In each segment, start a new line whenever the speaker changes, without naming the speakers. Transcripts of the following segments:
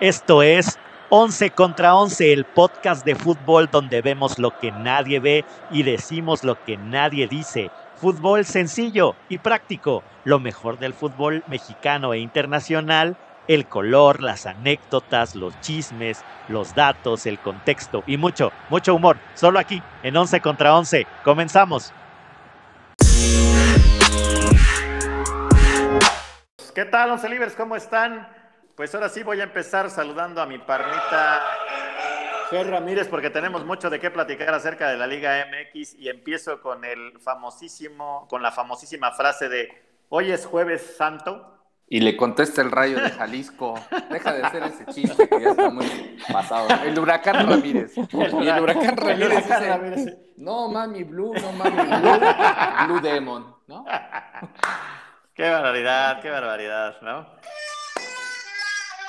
Esto es 11 contra 11, el podcast de fútbol donde vemos lo que nadie ve y decimos lo que nadie dice. Fútbol sencillo y práctico, lo mejor del fútbol mexicano e internacional, el color, las anécdotas, los chismes, los datos, el contexto y mucho, mucho humor, solo aquí en 11 contra 11. Comenzamos. ¿Qué tal, Once Libres? ¿Cómo están? Pues ahora sí voy a empezar saludando a mi parnita Ger Ramírez porque tenemos mucho de qué platicar acerca de la Liga MX y empiezo con el famosísimo, con la famosísima frase de hoy es jueves santo.
Y le contesta el rayo de Jalisco. Deja de hacer ese chiste que ya está muy pasado. El huracán Ramírez. Y el huracán Ramírez.
El huracán
dice,
Ramírez.
No, mami, Blue, no, mami, Blue. Blue Demon, ¿no?
Qué barbaridad, qué barbaridad, ¿no?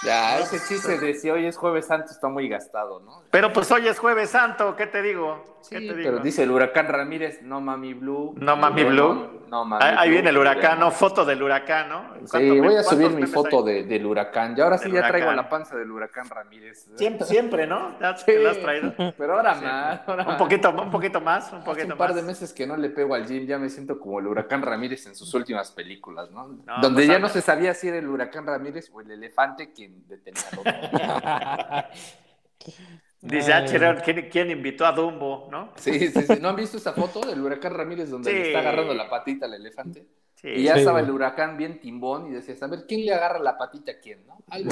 Ya, ese chiste de si hoy es Jueves Santo está muy gastado, ¿no?
Pero pues hoy es jueves santo, ¿qué te digo? ¿Qué
Sí,
te digo?
pero dice el huracán Ramírez, no, mami, Blue.
No, mami, Blue.
No, mami.
ahí, ahí
Blue,
viene el
Blue Demon.
huracán, ¿no? Foto del huracán, ¿no?
Sí,
¿Cuántos-
voy a
cuántos
subir mi
memes
foto
hay?
de- del huracán. Y ahora sí
Del
ya traigo
huracán.
la panza del huracán Ramírez. ¿eh?
Siempre, siempre, ¿no? Ya te la has traído.
Pero ahora más, ahora
Un
más.
poquito, un poquito más, un
Hace
poquito
un par de
más.
meses que no le pego al gym, ya me siento como el huracán Ramírez en sus últimas películas, ¿no?
No,
Donde
pues,
ya
anda.
no se sabía si era el huracán Ramírez o el elefante quien detenía al otro.
Dice, ah, chirrión, ¿quién, quién invitó a Dumbo, no?
Sí, sí, sí. ¿No han visto esa foto del huracán Ramírez donde
Sí.
le está agarrando la patita al elefante?
Sí.
Y ya
Sí.
estaba el huracán bien timbón y decías, a ver, ¿quién le agarra la patita a quién, no? Algo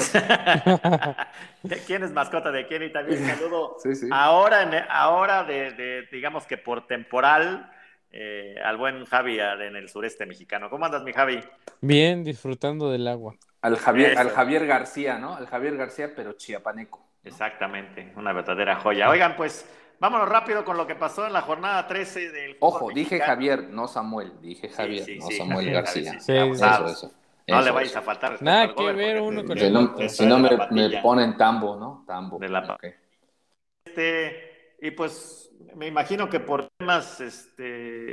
así.
¿De ¿Quién es mascota de quién? Y también saludo
Sí, sí.
ahora, en, ahora de, de, digamos que por temporal, eh, al buen Javi al- en el sureste mexicano. ¿Cómo andas, mi Javi?
Bien, disfrutando del agua.
Al Javier, al
Eso.
Javier García, ¿no? Al Javier García, pero chiapaneco.
Exactamente, una verdadera joya. Oigan, pues vámonos rápido con lo que pasó en la jornada 13 del... fútbol
Ojo, dije
mexicano.
Javier, no Samuel. Dije Javier,
sí,
no
sí,
Samuel
Javier,
García.
Javier,
Eso,
sí, sí, sí.
eso,
abusados.
eso.
No le
Eso,
vais
eso.
a faltar. respeto
Nada
al
que
Gober,
ver
porque
uno con
te-
Si
el
no,
otro.
te
si
trae
no
de
me,
la
me
patilla.
ponen tambo, ¿no? Tambo.
De la pa-
ok.
Este, y pues me imagino que por temas este,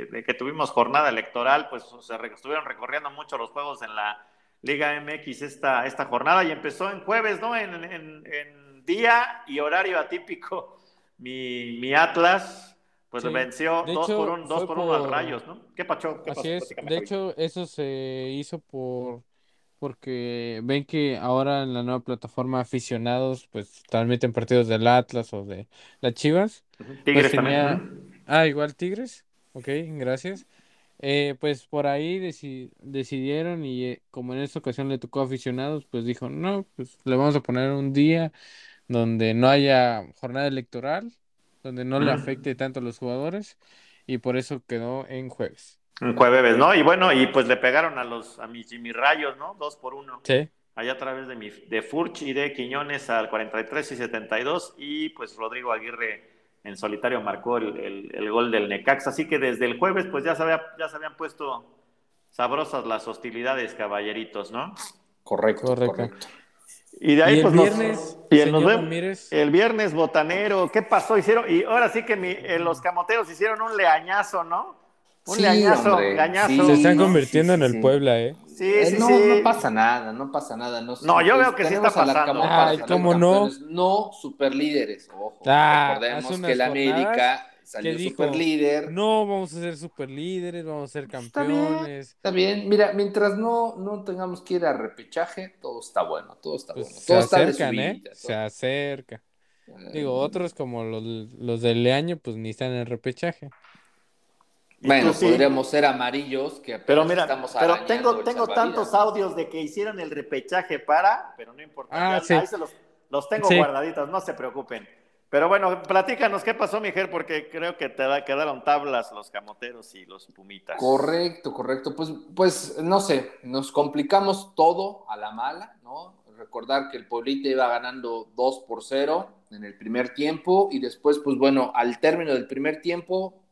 de que tuvimos jornada electoral, pues se re- estuvieron recorriendo mucho los juegos en la Liga MX esta, esta jornada y empezó en jueves, ¿no? En, en- en día y horario atípico. Mi, mi Atlas, pues
Sí.
venció
De
2
hecho,
por 1 dos
fue
por uno al
por-
Rayos, ¿no? ¿Qué pacho? ¿Qué pasó?
Así es.
Platícame,
De
Javi.
hecho, eso se hizo por porque ven que ahora en la nueva plataforma aficionados pues transmiten partidos del Atlas o de las Chivas.
Tigres
pues tenía-
también. ¿no?
Ah, igual Tigres. Ok, gracias. Eh, pues por ahí deci- decidieron y eh, como en esta ocasión le tocó a aficionados, pues dijo, no, pues le vamos a poner un día donde no haya jornada electoral, donde no le
Ujú.
afecte tanto a los jugadores y por eso quedó en jueves.
Un jueves, ¿no? Y bueno, y pues le pegaron a los a mis, mis Rayos, ¿no? Dos por uno.
Sí.
allá a través de, mi, de Furch y de Quiñones al 43 y 72 y pues Rodrigo Aguirre en solitario marcó el, el- el gol del Necax. Así que desde el jueves pues ya se, había- ya se habían puesto sabrosas las hostilidades, caballeritos, ¿no?
Correcto,
Correcto.
correcto.
Y de
Y
ahí
el
pues nos-
viernes,
y el- nos Eh,
señor
vemos-
Ramírez,
el viernes botanero, ¿qué pasó? Hicieron, y ahora sí que mi- eh, los camoteros hicieron un leañazo, ¿no? Un
Sí,
leañazo,
hombre,
leañazo.
sí.
se están
no,
convirtiendo
sí,
en
sí,
el
sí.
Puebla, ¿eh?
Sí, sí,
Eh, no,
sí.
no pasa nada, no pasa nada. No,
No, yo veo que sí
tenemos
está
al
pasando.
Arcamón para
Ay,
salir
¿cómo no?
campeones, No superlíderes, ojo.
Ah, hace
Recordemos
unas
que el
jornadas
América salió
que dijo,
superlíder.
No vamos a ser superlíderes, vamos a ser
Pues
Está bien.
campeones.
Está bien, mira, mientras no, no tengamos que ir a repechaje, todo está bueno, todo está
Pues
bueno.
se
Todo está de
acercan, ¿eh?
subida,
Se acerca.
todo-
Digo, otros como los, los del Leaño, pues ni están en el repechaje.
Y tú
Bueno,
Pues sí.
podríamos ser amarillos que
Pero
apenas
mira,
estamos
pero
arañando
tengo,
el
tengo
salvavidas.
tantos audios de que hicieron el repechaje para, pero no importa.
Ah,
ya-
sí.
Ahí se los, los tengo
Sí.
guardaditos, no se preocupen. Pero bueno, platícanos qué pasó, mi Ger, porque creo que te da- quedaron tablas los camoteros y los pumitas.
Correcto, correcto. Pues, pues no sé, nos complicamos todo a la mala, ¿no? Recordar que el Pueblita iba ganando 2 por 0 en el primer tiempo y después, pues bueno, al término del primer tiempo,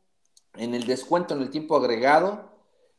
en el descuento, en el tiempo agregado,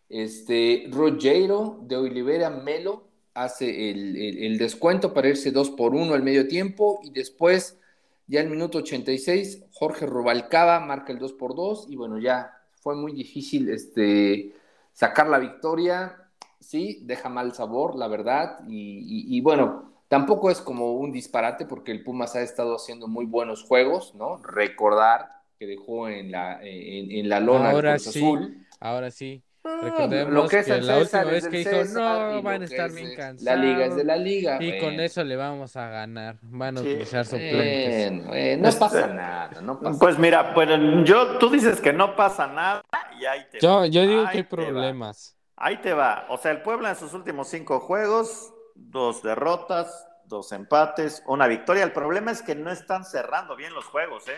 este, Rogero de Oliveira Melo hace el, el- el descuento para irse 2 por 1 al medio tiempo y después, ya al minuto 86, Jorge Rubalcaba marca el 2 por 2 y bueno, ya fue muy difícil este, sacar la victoria. Sí, deja mal sabor, la verdad. Y, y- y bueno, Tampoco es como un disparate porque el Pumas ha estado haciendo muy buenos juegos, ¿no? Recordar que dejó en la, en, en la lona
Ahora
el Cruz
sí.
Azul.
Ahora sí.
No,
Recordemos que
el
la
César
última
es
vez que
del
dijo,
César,
"No,
y lo
van a
que
estar
es,
bien
eh, La liga es de la liga.
Y con
bueno.
eso le vamos a ganar. Van a
Sí.
utilizar suplentes.
Bueno, eh, no pasa nada, no pasa
Pues mira, pues yo, tú dices que no pasa nada y ahí te va.
Yo, yo digo
Ahí
que hay
te va.
problemas.
Ahí te va. O sea, el Puebla en sus últimos cinco juegos, dos derrotas, dos empates, una victoria. El problema es que no están cerrando bien los juegos, ¿eh?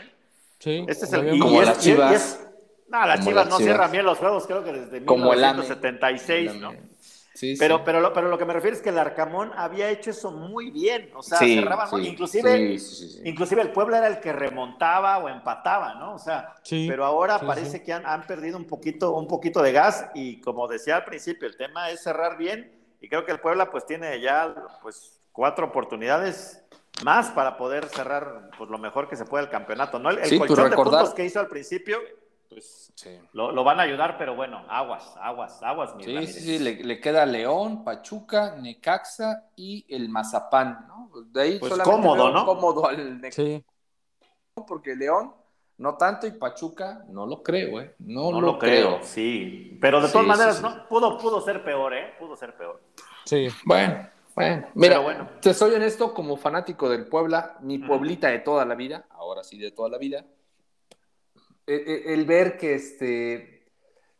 Sí.
Este es
lo
el
vimos.
y
Como
es-
las
y es-
Chivas.
y es- no, las
Como
Chivas
las
no
Chivas.
cierran bien los juegos, creo que desde
Como el AME.
1976, ¿no?
Sí, sí.
Pero, pero, lo, pero lo que me refiero es que el Arcamón había hecho eso muy bien. O sea,
Sí,
cerraban, muy-
sí,
inclusive,
sí, sí, sí, sí.
inclusive el Puebla era el que remontaba o empataba, ¿no? O sea,
Sí.
pero ahora
sí,
parece
sí.
que han, han perdido un poquito, un poquito de gas y como decía al principio, el tema es cerrar bien y creo que el Puebla pues tiene ya pues cuatro oportunidades más para poder cerrar pues lo mejor que se pueda el campeonato, ¿no? El, el
Sí, pues,
colchón
recordar-
de puntos que hizo al principio pues
Sí.
lo, lo van a ayudar, pero bueno, aguas, aguas, aguas, mi
Sí,
Ramírez.
sí, sí, le, le queda León, Pachuca, Necaxa y el Mazapán, ¿no? De ahí
Pues
solamente
cómodo,
veo
¿no?
Cómodo al Necaxa,
Sí.
porque León no tanto y Pachuca no lo creo, ¿eh? No,
No
lo, creo.
sí. Pero de
Sí,
todas
sí,
maneras,
sí.
no pudo, pudo ser peor, ¿eh? Pudo ser peor.
Sí.
Bueno, bueno. Mira,
Pero bueno.
te soy honesto, como fanático del Puebla, mi
Ujú.
pueblita de toda la vida, ahora sí de toda la vida, e- e- el, ver que este,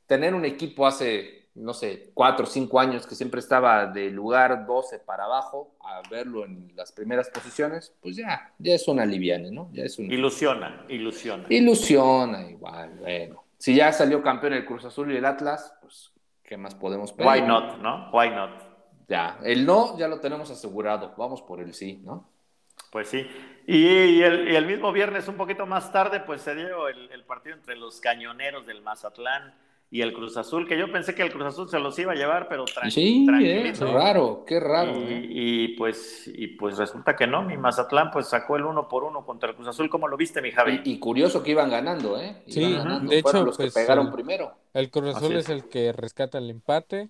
tener un equipo hace, no sé, cuatro o cinco años que siempre estaba de lugar 12 para abajo, a verlo en las primeras posiciones, pues ya, ya es una liviana, ¿no? Ya es una...
Ilusiona, ilusiona.
Ilusiona igual, bueno. Si ya salió campeón el Cruz Azul y el Atlas, pues, ¿qué más podemos pedir?
Why not, ¿no? Why not.
Ya, el no ya lo tenemos asegurado. Vamos por el sí, ¿no?
Pues sí. Y, y el, y el mismo viernes, un poquito más tarde, pues se dio el, el partido entre los cañoneros del Mazatlán y el Cruz Azul, que yo pensé que el Cruz Azul se los iba a llevar, pero tranqui-
Sí, eh,
tranquilito.
raro, qué raro. ¿eh?
Y, y pues, y pues resulta que no, mi Mazatlán pues sacó el uno por uno contra el Cruz Azul, ¿cómo lo viste, mi Javi?
Y, y curioso que iban ganando, ¿eh? Iban
Sí,
ganando.
de
Fueron
hecho,
los
pues,
que pegaron
el-
primero.
El Cruz
Así
Azul
es.
es el que rescata el empate.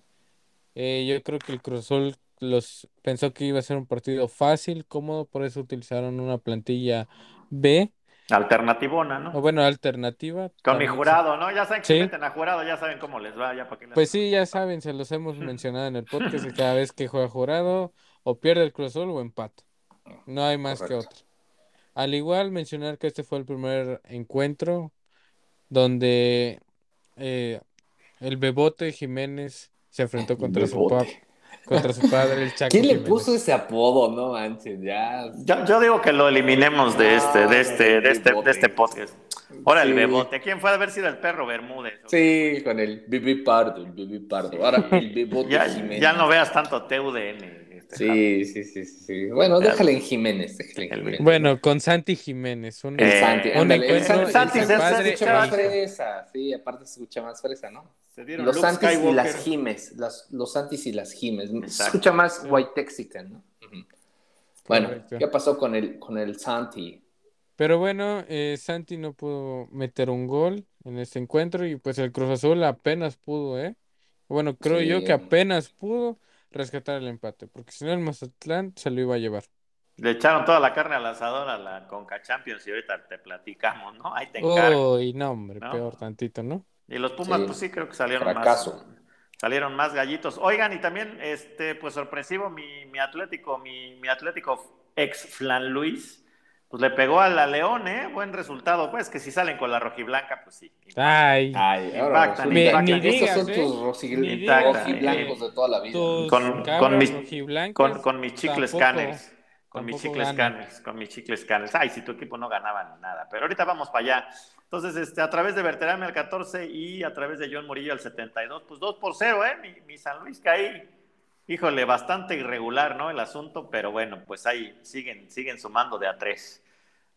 Eh, yo creo que el Cruz Azul los pensó que iba a ser un partido fácil, cómodo, por eso utilizaron una plantilla B,
Alternativona,
o
¿no?
bueno, alternativa.
Con mi
también se-
jurado, ¿no? Ya saben que
Sí.
se meten a jurado, ya saben cómo les va, ya para qué les-
Pues sí, ya saben, se los hemos mencionado en el podcast que cada vez que juega jurado, o pierde el Cruz Azul o empata. No hay más que
Correcto.
otra. Al igual mencionar que este fue el primer encuentro donde eh, el Bebote Jiménez se enfrentó contra su, pa-
Bebote.
contra su padre, el Chaco
¿Quién le
Jiménez.
puso ese apodo? No manches, ya.
Yo, yo digo que lo eliminemos de este, de este, de este, de este podcast. Ahora el
Sí.
bebote. ¿Quién fue a haber sido el perro Bermúdez?
Sí, con el bibi pardo, el bibi pardo. Ahora el bibote
Ya,
Jiménez.
ya no veas tanto TUDN. este,
Sí,
Javi.
sí, sí, sí, sí. Bueno,
Ya.
déjale en Jiménez, déjale en
El-
Jiménez.
Bueno, con Santi Jiménez, un-
Eh,
El Santi,
un
ándale, el
encuentro
Santi, Santi
entre
se,
padre
escucha
e
más
hijo.
fresa, sí, aparte se escucha más fresa, ¿no?
Se dieron
Los
Luke
Santis y
Skywalker.
las Jimes, las- los Santis y las Jimes, se
Exacto.
escucha más white texican, ¿no? Ujú. Bueno,
Correcto.
¿qué pasó con el, con el Santi?
Pero bueno, eh, Santi no pudo meter un gol en este encuentro y pues el Cruz Azul apenas pudo, ¿eh? Bueno, creo yo
Sí.
que apenas pudo rescatar el empate, porque si no el Mazatlán se lo iba a llevar.
Le echaron toda la carne al asador a la Conca Champions y ahorita te platicamos, ¿no? Ahí te
Oh.
encargo.
Uy, no, hombre,
¿no?
peor tantito, ¿no?
Y los Pumas,
Sí.
pues sí, creo que salieron
Fracaso.
más. Salieron más gallitos. Oigan, y también, este, pues sorpresivo, mi, mi Atlético, mi, mi Atlético ex Flan Luis, pues le pegó a la León, ¿eh? Buen resultado. Pues que si salen con la rojiblanca, pues sí.
Ay,
Ay,
Impactan,
resulta
impactan.
que
Ni
digas,
Estos son
¿eh?
tus rosi-
Ni digas.
eh.
rojiblancos de toda la vida.
tus
Con-
cabras
con mis-
rojiblancas
Con, con mis chicles
tampoco-
canels. Con mis
tampoco
chicles
ganan.
canels. Con mis chicles canels. Ay, si tu equipo no ganaba ni nada. Pero ahorita vamos para allá. Entonces, este, a través de Berterame al 14 y a través de John Murillo al 72, pues 2 por 0, ¿eh? Mi, mi San Luis caí. Híjole, bastante irregular, ¿no? El asunto, pero bueno, pues ahí siguen, siguen sumando de a 3.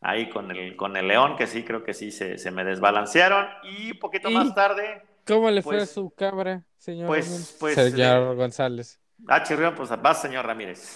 Ahí con el, con el León, que sí, creo que sí se, se me desbalancearon. Y poquito
Y-
más tarde,
¿Cómo le fue a
Pues-
su cabra, señor
pues-
González?
pues,
Señor González?
ah, chirrión, pues vas, señor Ramírez.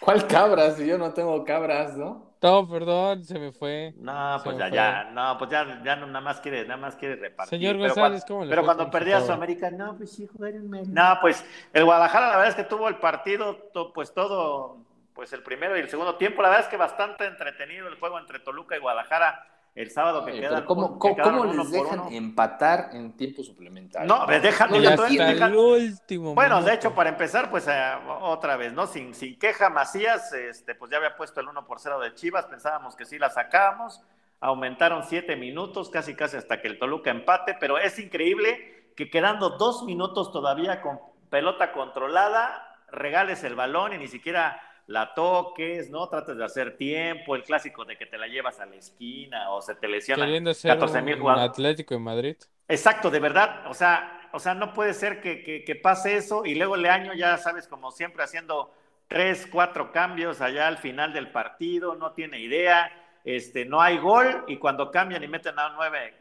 ¿Cuál cabras? Si yo no tengo cabras, ¿no?
No, perdón, se me fue.
No,
Se
pues
me
ya,
fue.
ya, no, pues ya, ya no- nada más quiere, nada más quiere repartir.
Señor
Pero
González,
cuando-
¿cómo le
Pero
fue
cuando
con su
perdía a su
cabra?
América, no, pues sí, jugaron mal. No, pues el Guadalajara la verdad es que tuvo el partido, to- pues todo, pues el primero y el segundo tiempo. La verdad es que bastante entretenido el juego entre Toluca y Guadalajara el sábado que
Oye,
queda.
Eh, pero ¿Cómo, cómo- cómo les dejan empatar en tiempo suplementario?
No, me dejan-
No
mira,
lo
tú-
entiendo.
deja-
último.
Bueno, de
minuto.
hecho, para empezar, pues eh, otra vez, ¿no? Sin, sin queja, Macías, este, pues ya había puesto el 1 por 0 de Chivas, pensábamos que sí la sacábamos, aumentaron 7 minutos, casi casi hasta que el Toluca empate, pero es increíble que quedando dos minutos todavía con pelota controlada, regales el balón y ni siquiera la toques, ¿no? Trates de hacer tiempo, el clásico de que te la llevas a la esquina o se te lesiona
Queriendo ser
14,000
un
jugadores.
Atlético de Madrid.
Exacto, de verdad. O sea, o sea no puede ser que, que- que pase eso y luego el año ya sabes, como siempre, haciendo tres, cuatro cambios allá al final del partido, no tiene idea, este, no hay gol y cuando cambian y meten a un nueve,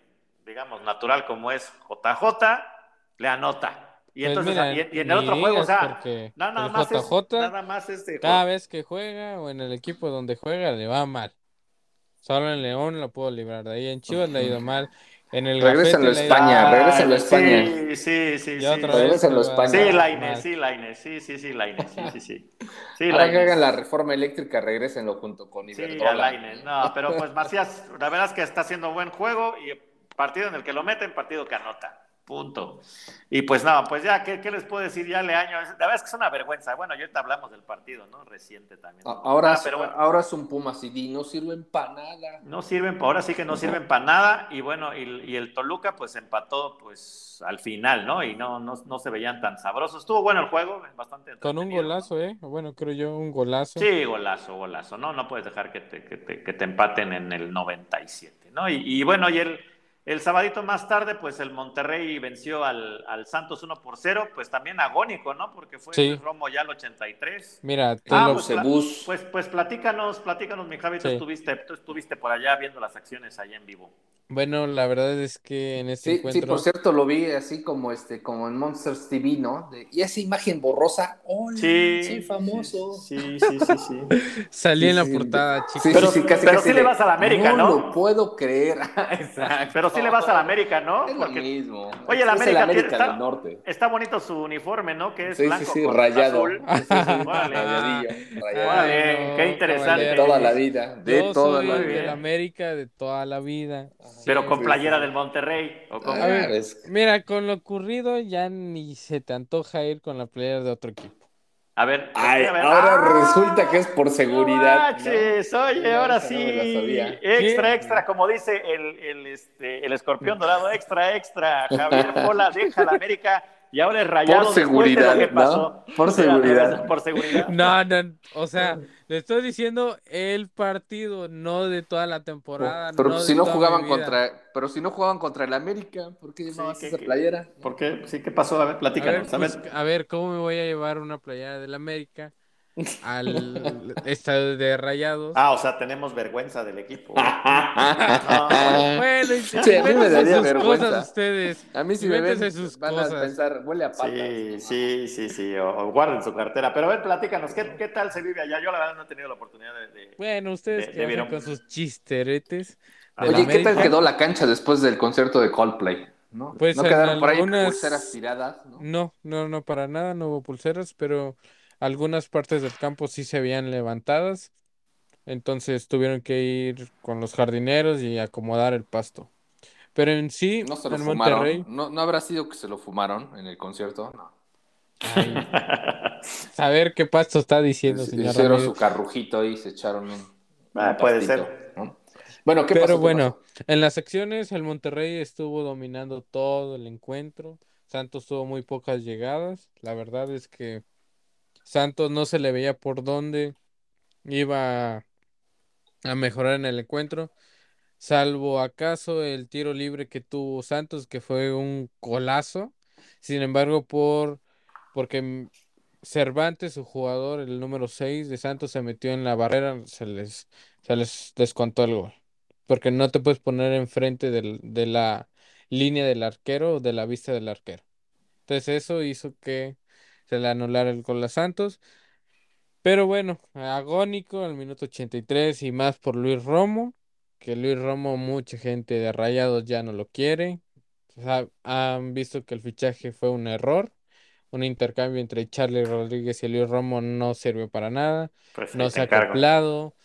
digamos, natural como es JJ, le anota. Y
Pues
entonces,
mira,
y, y en
ni
el otro juego, o
digas
sea,
porque
nada
el
más es,
JJ
nada más este
cada vez que juega o en el equipo donde juega le va mal. Solo en León lo puedo librar de ahí. En Chivas le ha ido mal. En el
Regrésalo
Gafete
a
le ha ido
España,
mal.
regrésalo a España.
Sí, sí, sí,
Ya
sí.
otra
Sí,
vez
Regrésalo a
le va
España.
Sí, Lainez,
mal.
sí, Lainez, sí, sí, sí, Lainez, sí, sí, sí. Sí,
Ahora que
Lainez.
hagan la reforma eléctrica, regrésenlo junto con
Sí,
Iberdrola.
a Lainez. No, pero pues Macías, la verdad es que está haciendo buen juego y partido en el que lo meten, partido que anota. Punto. Y pues no, pues ya, ¿qué, qué les puedo decir ya Leaño? es- La verdad es que es una vergüenza. Bueno, ya ahorita hablamos del partido, ¿no? Reciente también.
A- Ahora,
Ah, pero bueno. Ah,
ahora es un Pumas y no sirven para nada.
No sirven, pa- ahora sí que no sirven para nada. Y bueno, y, y el Toluca pues empató pues al final, ¿no? Y no, no, no se veían tan sabrosos. Estuvo bueno el juego, bastante
Con un
entretenido, ¿no?
golazo, ¿eh? Bueno, creo yo, un golazo.
Sí, golazo, golazo. No, no puedes dejar que te, que te, que te empaten en el 97, ¿no? Y, y bueno, y el, el sabadito más tarde, pues el Monterrey venció al, al Santos 1 por 0, pues también agónico, ¿no? Porque fue
Sí.
el Romo ya al 83.
Mira, te
Ah,
lo-
pues,
Bucebús.
Pues, pues platícanos, platícanos, mi Javi, tú,
Sí.
estuviste, tú estuviste por allá viendo las acciones allá en vivo.
bueno, la verdad es que en este
Sí, sí,
encuentro
por cierto, lo vi así como este, como en Monsters TV, ¿no? De- y esa imagen borrosa, hola,
Sí.
soy famoso.
Sí, sí, sí, sí.
salí
Sí,
en la
sí,
portada, chicos.
Sí,
Pero-
sí, sí, casi,
pero
casi
sí le
de,
vas a la América, ¿no?
lo puedo creer. Exacto.
Pero sí le vas a la América, ¿no?
Es lo mismo.
Oye, la
Es
América tiene-
América
está-
del Norte.
Está bonito su uniforme, ¿no? Que es
Sí, sí,
blanco
sí,
con
rayado.
azul.
Sí, sí, sí,
Órale.
rayadillo,
Ay,
rayado.
Órale. qué interesante.
De
caballero.
toda la vida, de
Yo
toda
soy
la
muy bien.
del
vida.
América de toda la vida. Sí.
Pero con
sí,
playera
sí.
del Monterrey. o con-
Ah,
A ver.
es-
Mira, con lo ocurrido ya ni se te antoja ir con la playera de otro equipo.
A ver.
Ay,
a ver.
ahora
¡Ah!
resulta que es por seguridad.
No
¿no?
manches, oye,
No,
ahora
esa no me la
sí.
sabía.
extra,
¿Qué?
extra, como dice el, el, este, el escorpión dorado, extra, extra. Javier Pola deja la América y ahora es rayado.
Por
después de
seguridad,
lo que
¿no?
pasó.
Por seguridad.
Por seguridad.
No, no, o sea, le estoy diciendo el partido, no de toda la temporada.
Pero
no de
si no
toda mi
jugaban
vida.
contra, pero si no jugaban contra el América, ¿por qué llevabas
que-
esa
que-
playera?
¿Por qué? Sí, ¿qué pasó? A ver,
A ver,
platícanos. A ver.
pues, a ver, ¿cómo me voy a llevar una playera del América al estadio de Rayados?
Ah, o sea, tenemos vergüenza del equipo.
Ah.
Bueno, y-
Sí, a mí me
métanse
daría
sus
vergüenza.
cosas ustedes.
A mí si me ven,
Invéntense sus
van a
cosas.
pensar, huele a patas.
Sí, sí, sí, sí, o, o guarden su cartera. Pero a ver, platícanos, ¿qué, qué tal se vive allá? Yo la verdad no he tenido la oportunidad de... de-
Bueno, ustedes
De-
que andan
debieron.
con sus chisteretes. de la
Oye, ¿qué tal
América.
quedó la cancha después del concierto de Coldplay? ¿No,
Pues,
¿No
en
quedaron por ahí
algunas- Mm,
pulseras tiradas? ¿no?
No, no, no, para nada, no hubo pulseras, pero algunas partes del campo sí se habían levantadas, entonces tuvieron que ir con los jardineros y acomodar el pasto. Pero en sí,
No se lo
en
fumaron.
Monterrey,
No, no habrá sido que se lo fumaron en el concierto. No.
ay, saber qué pasto está diciendo, señor
Hicieron
Ramírez.
su carrujito y se echaron un.
Ah,
un
puede
pastito,
ser.
¿no? Bueno, ¿qué
Pero
pasó? ¿Qué
bueno,
pasó?
en las acciones el Monterrey estuvo dominando todo el encuentro. Santos tuvo muy pocas llegadas. La verdad es que Santos no se le veía por dónde iba a mejorar en el encuentro. Salvo acaso el tiro libre que tuvo Santos, que fue un colazo. Sin embargo, por porque Cervantes, su jugador, el número 6 de Santos, se metió en la barrera, se les, se les descontó el gol. Porque no te puedes poner enfrente del- de la línea del arquero o de la vista del arquero. Entonces eso hizo que se le anulara el gol a Santos. Pero bueno, agónico al minuto 83 y más por Luis Romo, que Luis Romo mucha gente de Rayados ya no lo quiere. O sea, han visto que el fichaje fue un error Un intercambio entre Charlie Rodríguez y Luis Romo no sirvió para nada.
Pues,
No
ahí
se
te encargo.
acoplado.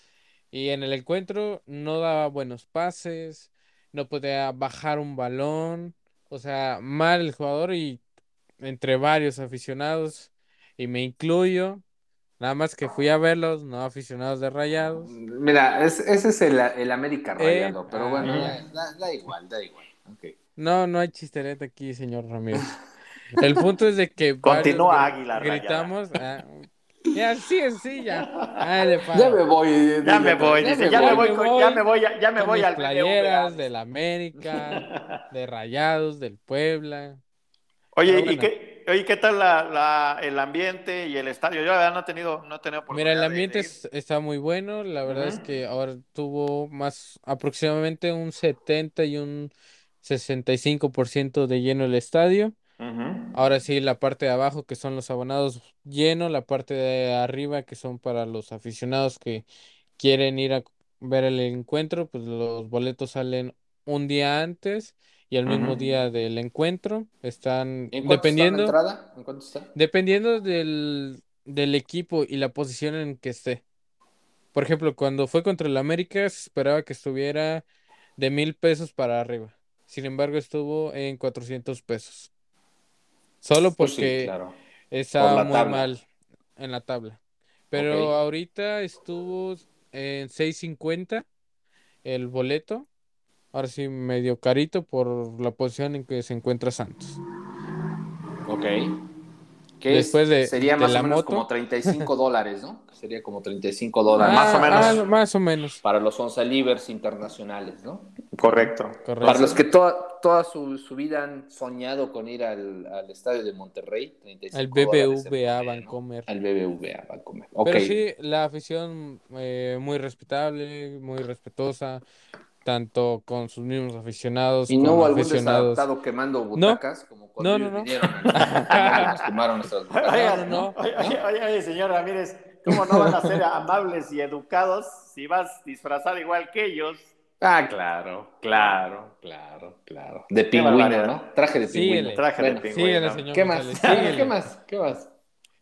Y en el encuentro no daba buenos pases, no podía bajar un balón. O sea, mal el jugador y entre varios aficionados, y me incluyo, nada más que fui a verlos, no aficionados de Rayados.
Mira, es- ese es el, el América
Eh,
rayado, pero bueno,
ah.
ya, da, da igual, da igual. Ok.
No, no hay chistereta aquí, señor Ramírez. El punto es de que varios
Continúa,
gri-
Águila Rayada.
gritamos. ah, ya, sí, en sí, ya. Ah, de
Ya
para.
me voy. eh,
Ya me voy, dice, ya me voy, con- ya me voy, ya, ya me
Con
voy
mis
al
playeras
BBVA.
del América, de Rayados, del Puebla.
Oye,
Pero
¿y
bueno.
qué, oye, ¿qué tal la, la- el ambiente y el estadio? Yo la verdad no he tenido, no he tenido
Mira, el
oportunidad de-
ambiente
de ir.
es- está muy bueno. La verdad es
Ujú.
que ahora tuvo más, aproximadamente un 70 y un 65% de lleno el estadio.
Ujú.
Ahora sí, la parte de abajo, que son los abonados, lleno. La parte de arriba, que son para los aficionados que quieren ir a ver el encuentro, pues los boletos salen un día antes y al mismo
Ujú.
día del encuentro. Están
¿En cuánto está la
dependiendo.
entrada? ¿En cuánto está?
Dependiendo del, del equipo y la posición en que esté. Por ejemplo, cuando fue contra el América, se esperaba que estuviera de mil pesos para arriba. Sin embargo, estuvo en 400 pesos. Solo
Pues sí,
porque
claro.
estaba
Por la
muy
tabla.
mal en la tabla. Pero
Ok.
ahorita estuvo en 6.50 el boleto. Ahora sí, medio carito por la posición en que se encuentra Santos.
Ok. Que es-
Después de-
sería
de
más
la
o menos
moto.
como 35 dólares, ¿no? Sería como 35 dólares.
más o
Ah,
menos.
ah, más o menos.
Para los 11 libres internacionales, ¿no?
Correcto.
Correcto.
Para los que toda, toda su, su vida han soñado con ir al, al estadio de Monterrey, 35
Al
dólares en
BBVA
promedio, ¿no?
Bancomer.
Al BBVA Bancomer. Ok.
Pero sí, la afición eh, muy respetable, muy respetuosa, tanto con sus mismos aficionados,
¿Y no
con
hubo algún
aficionados.
desadaptado quemando butacas? Como cuando
No,
ellos
no, no.
vinieron en Chapultepec y nos quemaron nuestras butacas.
Oiga,
no, no.
Oye, oye, oye, oye, señor Ramírez, ¿cómo no van a ser amables y educados si vas disfrazado igual que ellos?
Ah, claro, claro, claro, claro. De
barbaridad.
pingüino, ¿no? Traje de pingüino.
Síguele.
Traje de
Bueno,
pingüino.
Síguele, señor
¿Qué más?
González, síguele.
¿Qué más? ¿Qué más?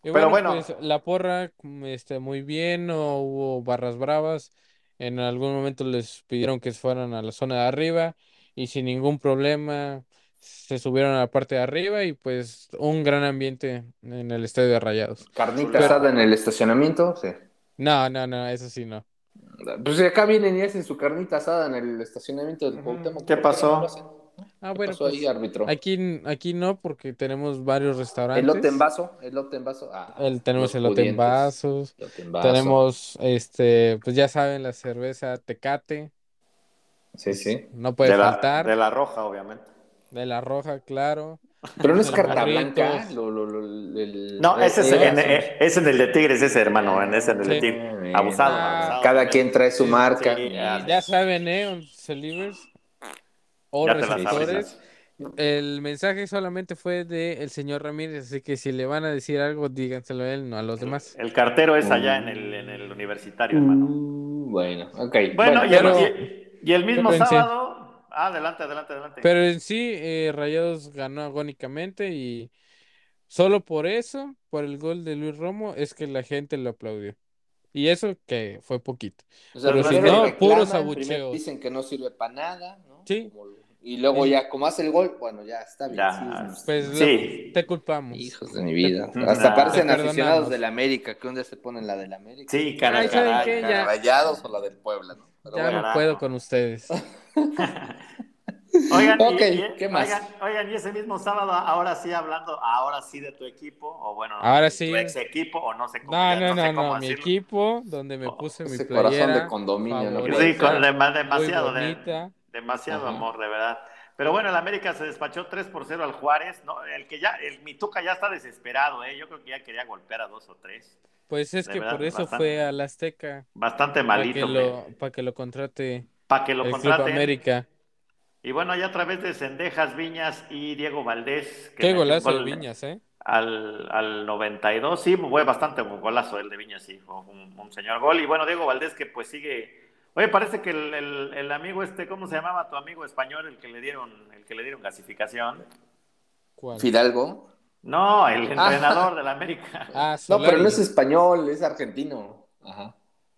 Y
Pero
bueno,
bueno.
pues, la porra, mm, este, muy bien, no hubo barras bravas. En algún momento les pidieron que fueran a la zona de arriba y sin ningún problema se subieron a la parte de arriba y pues un gran ambiente en el estadio de Rayados.
Carnita
Pero-
asada en el estacionamiento, sí.
No, no, no, eso sí no.
Pues si acá vienen y hacen su carnita asada en el estacionamiento del
Ujú.
Cuauhtémoc.
¿Qué
¿por
pasó?
no lo hacen?
Ah,
¿Qué
bueno,
pasó
pues,
ahí, árbitro?
Aquí, aquí no, porque tenemos varios
¿Elote
restaurantes.
en vaso? ¿Elote en vaso? Ah,
El- tenemos
los
elote
pudientes.
en vasos.
Elote en vaso.
Tenemos, este, pues ya saben, la cerveza Tecate.
Sí, sí.
No puede
de la,
faltar.
de la roja, obviamente.
de la roja, claro.
Pero no es
Los
carta
burritos.
blanca. lo- lo- lo- el-
No, ese es,
el-
en, eh, es en el de Tigres, ese hermano, en ese en el de
Sí.
Tigres. Abusado,
Ah,
abusado.
Cada quien trae su
Sí,
marca.
sí,
Y ya saben, ¿eh? On Celivers o
Ya te la sabes,
receptores. El mensaje solamente fue de el señor Ramírez, así que si le van a decir algo, díganselo a él, no a los demás.
El cartero es allá en el, en el universitario, hermano.
Mm,
Uh, bueno, ok.
Bueno, y, el,
pero-
y- y el mismo
pero en sí.
sábado. Ah, adelante, adelante, adelante.
Pero en sí, eh, Rayados ganó agónicamente y solo por eso, por el gol de Luis Romo, es que la gente lo aplaudió. Y eso que fue poquito.
O sea,
Pero si
primero
no,
reclaman,
puros
primero
abucheos.
Dicen que no sirve para nada, ¿no?
Sí.
Como- y luego
Sí.
ya, como hace el gol, bueno, ya está bien.
Ya,
sí,
Pues
sí.
lo-
sí.
Te culpamos.
Hijos de mi vida.
Te-
Hasta
Nah.
parecen
Te
aficionados
perdonamos.
de la América. ¿Qué onda se ponen la de la América?
Sí,
Ay,
caray,
¿saben
caray,
qué?
caray.
Ya.
Rayados o la del Puebla, ¿no? Pero
Ya
bueno.
no
Carajo.
puedo con ustedes.
Oigan, y-
Ok,
y,
¿qué más?
Oigan, oigan, y ese mismo sábado, ahora sí hablando, ahora sí de tu equipo, o bueno,
Ahora
de
sí.
tu ex equipo, o no sé cómo,
No,
ya
no,
sé
no,
cómo
no. Mi
decirlo.
equipo, donde me
Oh,
puse mi
Ese corazón de
playera,
condominio, ¿no?
favorita,
Sí, con-
Puede
dema-
muy
demasiado, de-
bonita.
demasiado
Ajá.
amor, de verdad. Pero bueno, el América se despachó 3 por 0 al Juárez, ¿no? El que ya, el Mituca ya está desesperado, ¿eh? Yo creo que ya quería golpear a dos o tres.
Pues es
De
que
verdad,
por eso
bastante.
fue al Azteca,
Bastante
para que
malito,
lo, para que lo contrate
Para que lo
el Club
contraten.
América.
Y bueno, ya a través de Cendejas, Viñas y Diego Valdés. que
Qué
metió un
golazo de
gol
Viñas, ¿eh?
Al, al 92, sí, fue bastante golazo el de Viñas, sí, fue un, un señor gol. Y bueno, Diego Valdés que pues sigue. Oye, parece que el, el- el amigo este, ¿cómo se llamaba tu amigo español, el que le dieron, el que le dieron gasificación?
¿Cuál?
Fidalgo.
No, el
Ah.
entrenador del América.
Ah,
No,
Solari.
pero no es español, es argentino. Ajá.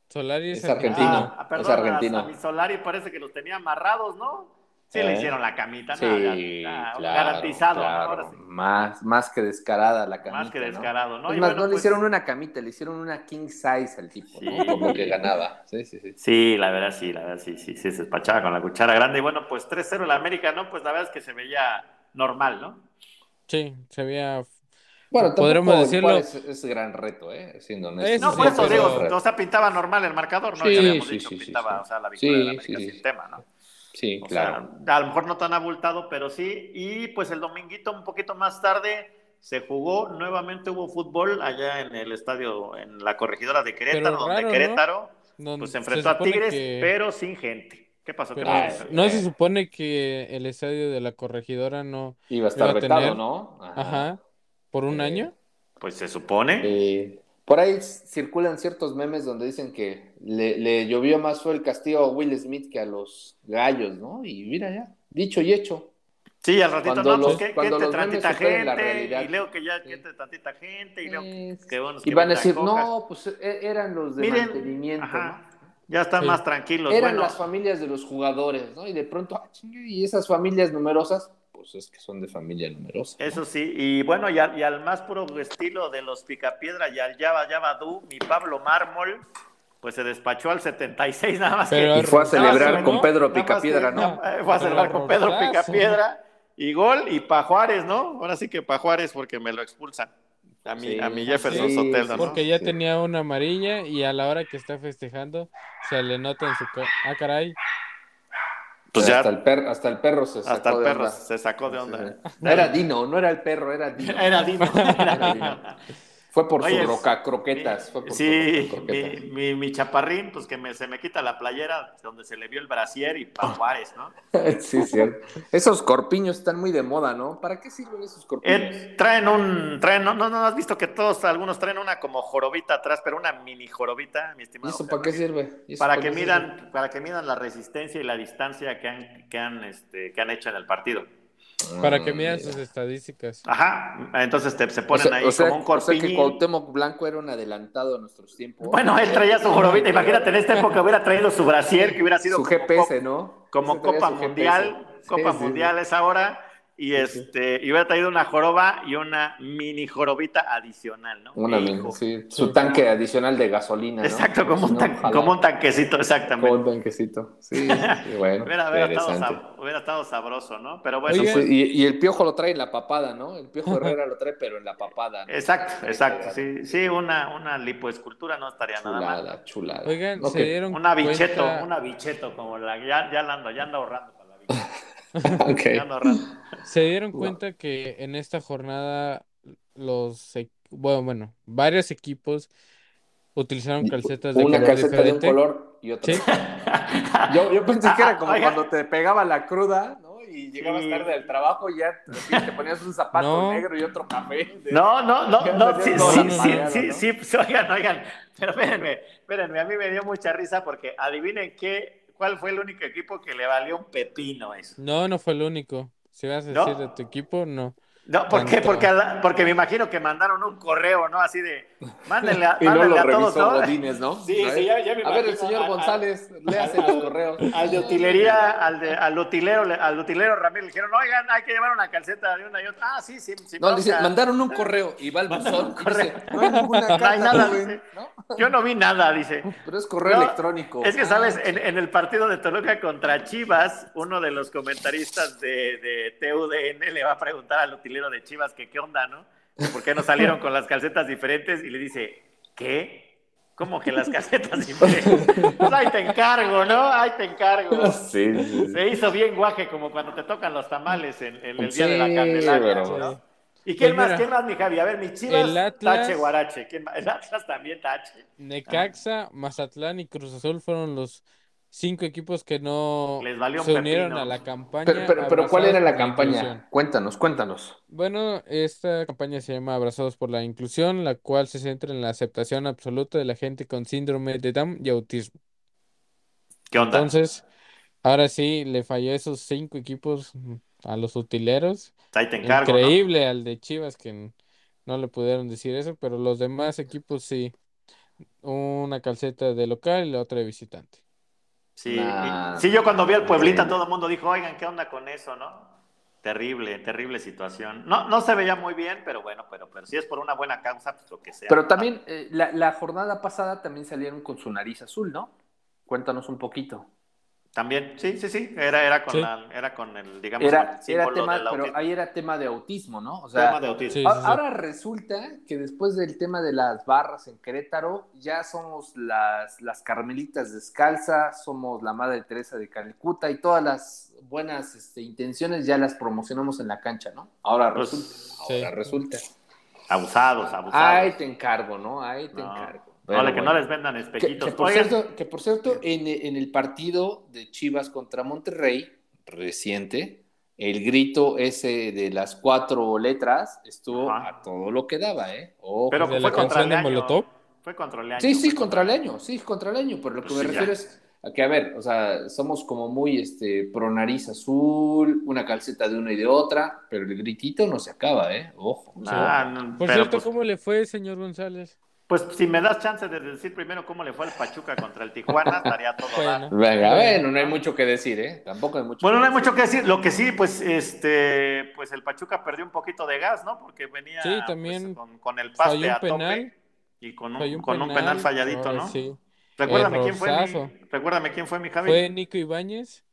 Solari es
es argentino.
argentino.
Ah, perdón,
es argentino.
hasta mi Solari parece que los tenía amarrados, ¿no? Sí, le
Eh.
hicieron la camita, ¿no?
Sí,
Ya- ya,
claro,
garantizado,
claro.
ahora sí.
Más, más que descarada la camita.
Más que
¿no?
descarado, ¿no?
Es
Y
más,
bueno,
no le
pues-
hicieron una camita, le hicieron una king size al tipo, ¿no?
Sí.
Por lo que ganaba. Sí, sí, sí.
Sí, la verdad sí, la verdad sí, sí, sí, se despachaba con la cuchara grande. Y bueno, pues 3-0 el América, ¿no? Pues la verdad es que se veía normal, ¿no?
Sí, se veía.
Bueno, tampoco
Podremos
igual
decirlo.
Es, es gran reto, ¿eh? Siendo honesto.
Eso
No,
sí,
por eso
pero-
digo, o sea, pintaba normal el marcador, ¿no?
pues, Sí,
ya habíamos
sí,
dicho,
sí, sí,
pintaba,
sí.
o sea, la victoria
Sí,
de la América
sí,
sin
sí.
tema, ¿no?
Sí,
O
claro.
sea, a lo mejor no tan abultado, pero sí. Y pues el dominguito, un poquito más tarde, se jugó, nuevamente hubo fútbol allá en el estadio, en la corregidora de Querétaro,
Pero
donde
raro, ¿no?
Querétaro
donde
pues se
se
enfrentó a
supone
Tigres,
que-
pero sin gente. ¿Qué pasó? ¿Qué
pero pues,
pasó?
Ah,
no
eh.
se supone que el estadio de la corregidora no.
Iba a
Iba
estar
a
vetado,
tener-
¿no?
Ajá. ¿Por un
Eh,
año?
Pues se supone.
Eh, por ahí circulan ciertos memes donde dicen que le, le llovió más fue el castigo a Will Smith que a los gallos, ¿no? Y mira ya, dicho y hecho.
Sí, al ratito,
Cuando
no, pues
los-
que, que
cuando
entre
los memes
tantita
superen la
gente,
realidad.
y leo que ya que
Sí.
entre tantita gente, y leo que,
Eh,
que unos
y
que
van a
vendan
decir,
cocas.
no, pues e- eran los de
Miren,
mantenimiento,
ajá,
¿no?
ya están
Sí.
más tranquilos.
Eran
bueno,
las familias de los jugadores, ¿no? Y de pronto, ah, chingue, y esas familias numerosas, pues es que son de familia numerosa. ¿no?
eso sí, y bueno, y al, y al más puro estilo de los Picapiedra y al Yaba Yabadú, mi Pablo Mármol, pues se despachó al 76 nada más
Pero
que...
Y fue a celebrar con Pedro
nada más que-
Picapiedra, ¿no?
eh, Fue a celebrar con Pedro
Arrojazo.
Picapiedra y gol, y pa' Juárez, ¿no? Ahora sí que pa' Juárez porque me lo expulsan. A mi,
Sí,
a mi Jefferson
sí,
Soteldo, ¿no?
Porque ya
Sí.
tenía una amarilla y a la hora que está festejando se le nota en su. ca- Ah, caray.
Pues
Pero
ya
hasta, el perro, hasta el perro se sacó
Hasta el
de
perro
onda.
se sacó de onda.
Sí. No era Dino, no era el perro, era Dino.
Era Dino.
Era Dino. Fue por
Oye,
sus roca croquetas. Fue por
Sí,
sus roca
mi,
croquetas.
mi, mi chaparrín, pues que me- se me quita la playera donde se le vio el brasier y
Ah.
para Juárez, ¿no?
Sí, cierto. Esos corpiños están muy de moda, ¿no? ¿Para qué sirven esos corpiños?
Eh, traen un, traen, no, no, no, has visto que todos, algunos traen una como jorobita atrás, pero una mini jorobita, mi
¿Y
estimado.
eso
Germán.
para qué sirve? ¿Y eso
Para
pa'
que
qué
midan, para que midan la resistencia y la distancia que han, que han, este, que han hecho en el partido.
sirve?
Para
Ah,
que midan
mira.
sus estadísticas.
Ajá, entonces te- se
O
ponen
sea,
ahí
o sea-
como un
o sea que
corpiñín.
Cuauhtémoc Blanco era un adelantado a nuestros tiempos.
Bueno, él traía su jorobita, imagínate, en esta época hubiera traído su brasier, que hubiera sido
su
como
GPS, ¿no?
como
Ese traía
Copa
su GPS.
Mundial,
Sí,
Copa
sí, sí.
Mundial es ahora, y
Sí,
este, y hubiera traído una joroba y una mini jorobita adicional, ¿no?
Una
Hijo.
min- sí, su tanque adicional de gasolina. ¿no?
Exacto, como,
Si
un
no,
tan-
ojalá.
como un tanquecito,
Con
exactamente.
un tanquecito. Sí, sí, bueno.
Hubiera, hubiera estado
interesante.
sab- hubiera estado sabroso, ¿no? Pero bueno,
Eso
Oye.
fue- y, y el piojo lo trae en la papada, ¿no? El piojo Herrera lo trae, pero en la papada. ¿no?
exacto, exacto, sí, sí, una, una lipoescultura no estaría nada mal.
Chulada, chulada.
Oigan,
No,
se
que-
dieron
Una bicheto,
cuenta-
una bicheto, como la, ya, ya la ando, ya ando ahorrando para la bicheto,
ok.
ya ando ahorrando.
Se dieron
No.
cuenta que en esta jornada los e- bueno, bueno, varios equipos utilizaron
Y-
calcetas de
Una
color
calceta de un
diferente.
color y otra.
Sí.
Yo, yo pensé que era como
Oigan.
cuando te pegaba la cruda, ¿no? Y llegabas
Sí.
tarde al trabajo y ya te ponías un zapato
No.
negro y otro café.
No, no, no,
Este, Ya
no,
me
sí,
dio
sí,
todo
sí,
mareado,
sí,
¿no?
sí, pues, oigan, oigan, pero espérenme, espérenme, a mí me dio mucha risa porque adivinen qué, cuál fue el único equipo que le valió un pepino eso.
No, no fue el único. Si vas a
¿No?
decir de tu equipo, no.
No, ¿por qué?
Bonito.
Porque, a la- porque me imagino que mandaron un correo, ¿no? Así de, mándenle a,
Y luego
mándenle
lo
a todos,
revisó
¿no?
Godínez, ¿no?
Sí,
¿No?
sí, ya, ya me
A ver, el
imagino
señor
al-
González, le hace los correos.
Al, al de utilería, al, de, al utilero, le- al utilero Ramírez, le dijeron, oigan, hay que llevar una calceta de una y otra. Ah, sí, sí, sí.
No, le dice,
bronca.
mandaron un correo y va al buzón. y
correo.
dice, no hay ninguna
No
carta,
hay nada,
joven",
dice.
¿no?
Yo no vi nada, dice.
Pero es correo
No,
electrónico.
Es que,
Ah,
¿sabes? En, en el partido de Toluca contra Chivas, uno de los comentaristas de, de TUDN le va a preguntar al utilero de Chivas que qué onda, ¿no? Que ¿Por qué no salieron con las calcetas diferentes? Y le dice, ¿qué? ¿Cómo que las calcetas diferentes? Pues ahí te encargo, ¿no? Ahí te encargo.
Sí, sí,
Se hizo bien guaje, como cuando te tocan los tamales en, en el día de
Sí,
la Candelaria,
pero-
¿no? ¿Y quién
Pues
más?
mira,
¿Quién más, mi Javi? A ver, mi Chivas,
el Atlas-
Tache Guarache. ¿Quién más? El Atlas también Tache.
Necaxa, Mazatlán y Cruz Azul fueron los cinco equipos que no
Les valió un
se unieron
pepino.
a la campaña.
Pero, pero, pero ¿cuál
Abrazados
era la
por inclusión.
campaña? Cuéntanos, cuéntanos.
Bueno, esta campaña se llama Abrazados por la Inclusión, la cual se centra en la aceptación absoluta de la gente con síndrome de Down y autismo.
¿Qué onda?
Entonces, ahora sí, le falló a esos cinco equipos mm, a los utileros.
Ahí te encargo. ¿no?
Increíble al de Chivas que n- no le pudieron decir eso, pero los demás equipos sí. Una calceta de local y la otra de visitante.
Sí,
Nah.
y- sí, yo cuando vi al Pueblita
Sí.
todo el mundo dijo, oigan, ¿qué onda con eso, no? Terrible, terrible situación. No, no se veía muy bien, pero bueno, pero, pero si es por una buena causa, pues lo que sea.
Pero también eh, la, la jornada pasada también salieron con su nariz azul, ¿no? Cuéntanos un poquito.
También, sí, sí, sí, era, era, con,
Sí.
la- era con el, digamos,
Era,
el
era
símbolo
tema,
del
pero
autismo.
ahí era tema de autismo, ¿no? O
Tema
sea,
de autismo.
Sí, sí,
a-
sí.
ahora resulta que después del tema de las barras en Querétaro, ya somos las, las carmelitas descalzas, somos la madre Teresa de Calcuta y todas las buenas este, intenciones ya las promocionamos en la cancha, ¿no? Ahora
Pues,
resulta.
sí.
Ahora resulta.
Abusados, abusados.
Ahí te encargo, ¿no? Ahí te
No.
encargo.
Ahora
Pero
que
bueno.
no les vendan
Que,
espejitos.
que por
Oigan,
cierto, que por cierto en, en el partido de Chivas contra Monterrey, reciente, el grito ese de las cuatro letras estuvo
Ajá.
a todo lo que daba, ¿eh? Ojo.
pero
¿De la
fue contra
canción de
Leaño.
Molotov?
Fue contra Leaño.
sí, sí,
fue
contra Leño, sí, contra Leño, pero lo que
Pues
me
sí, ya.
refiero es a que, a ver, o sea, somos como muy este, pro nariz azul, una calceta de una y de otra, pero el gritito no se acaba, ¿eh? Ojo.
Ah, no,
Por
pero,
cierto,
pues,
¿cómo le fue, señor González?
pues, si me das chance de decir primero cómo le fue al Pachuca contra el Tijuana, estaría todo dar.
Bueno,
Venga, bueno, no hay mucho que decir, ¿eh? Tampoco hay mucho
Bueno,
que
no hay
decir.
mucho que decir. Lo que sí, pues, este, pues el Pachuca perdió un poquito de gas, ¿no? Porque venía
Sí,
pues,
también
con, con el paste
falló un
a
penal.
tope y con un,
falló un
con un penal,
penal,
falladito,
ahora
¿no?
sí.
Recuérdame quién fue
Errorzazo.
mi, recuérdame quién fue mi Javi.
Fue Nico Ibáñez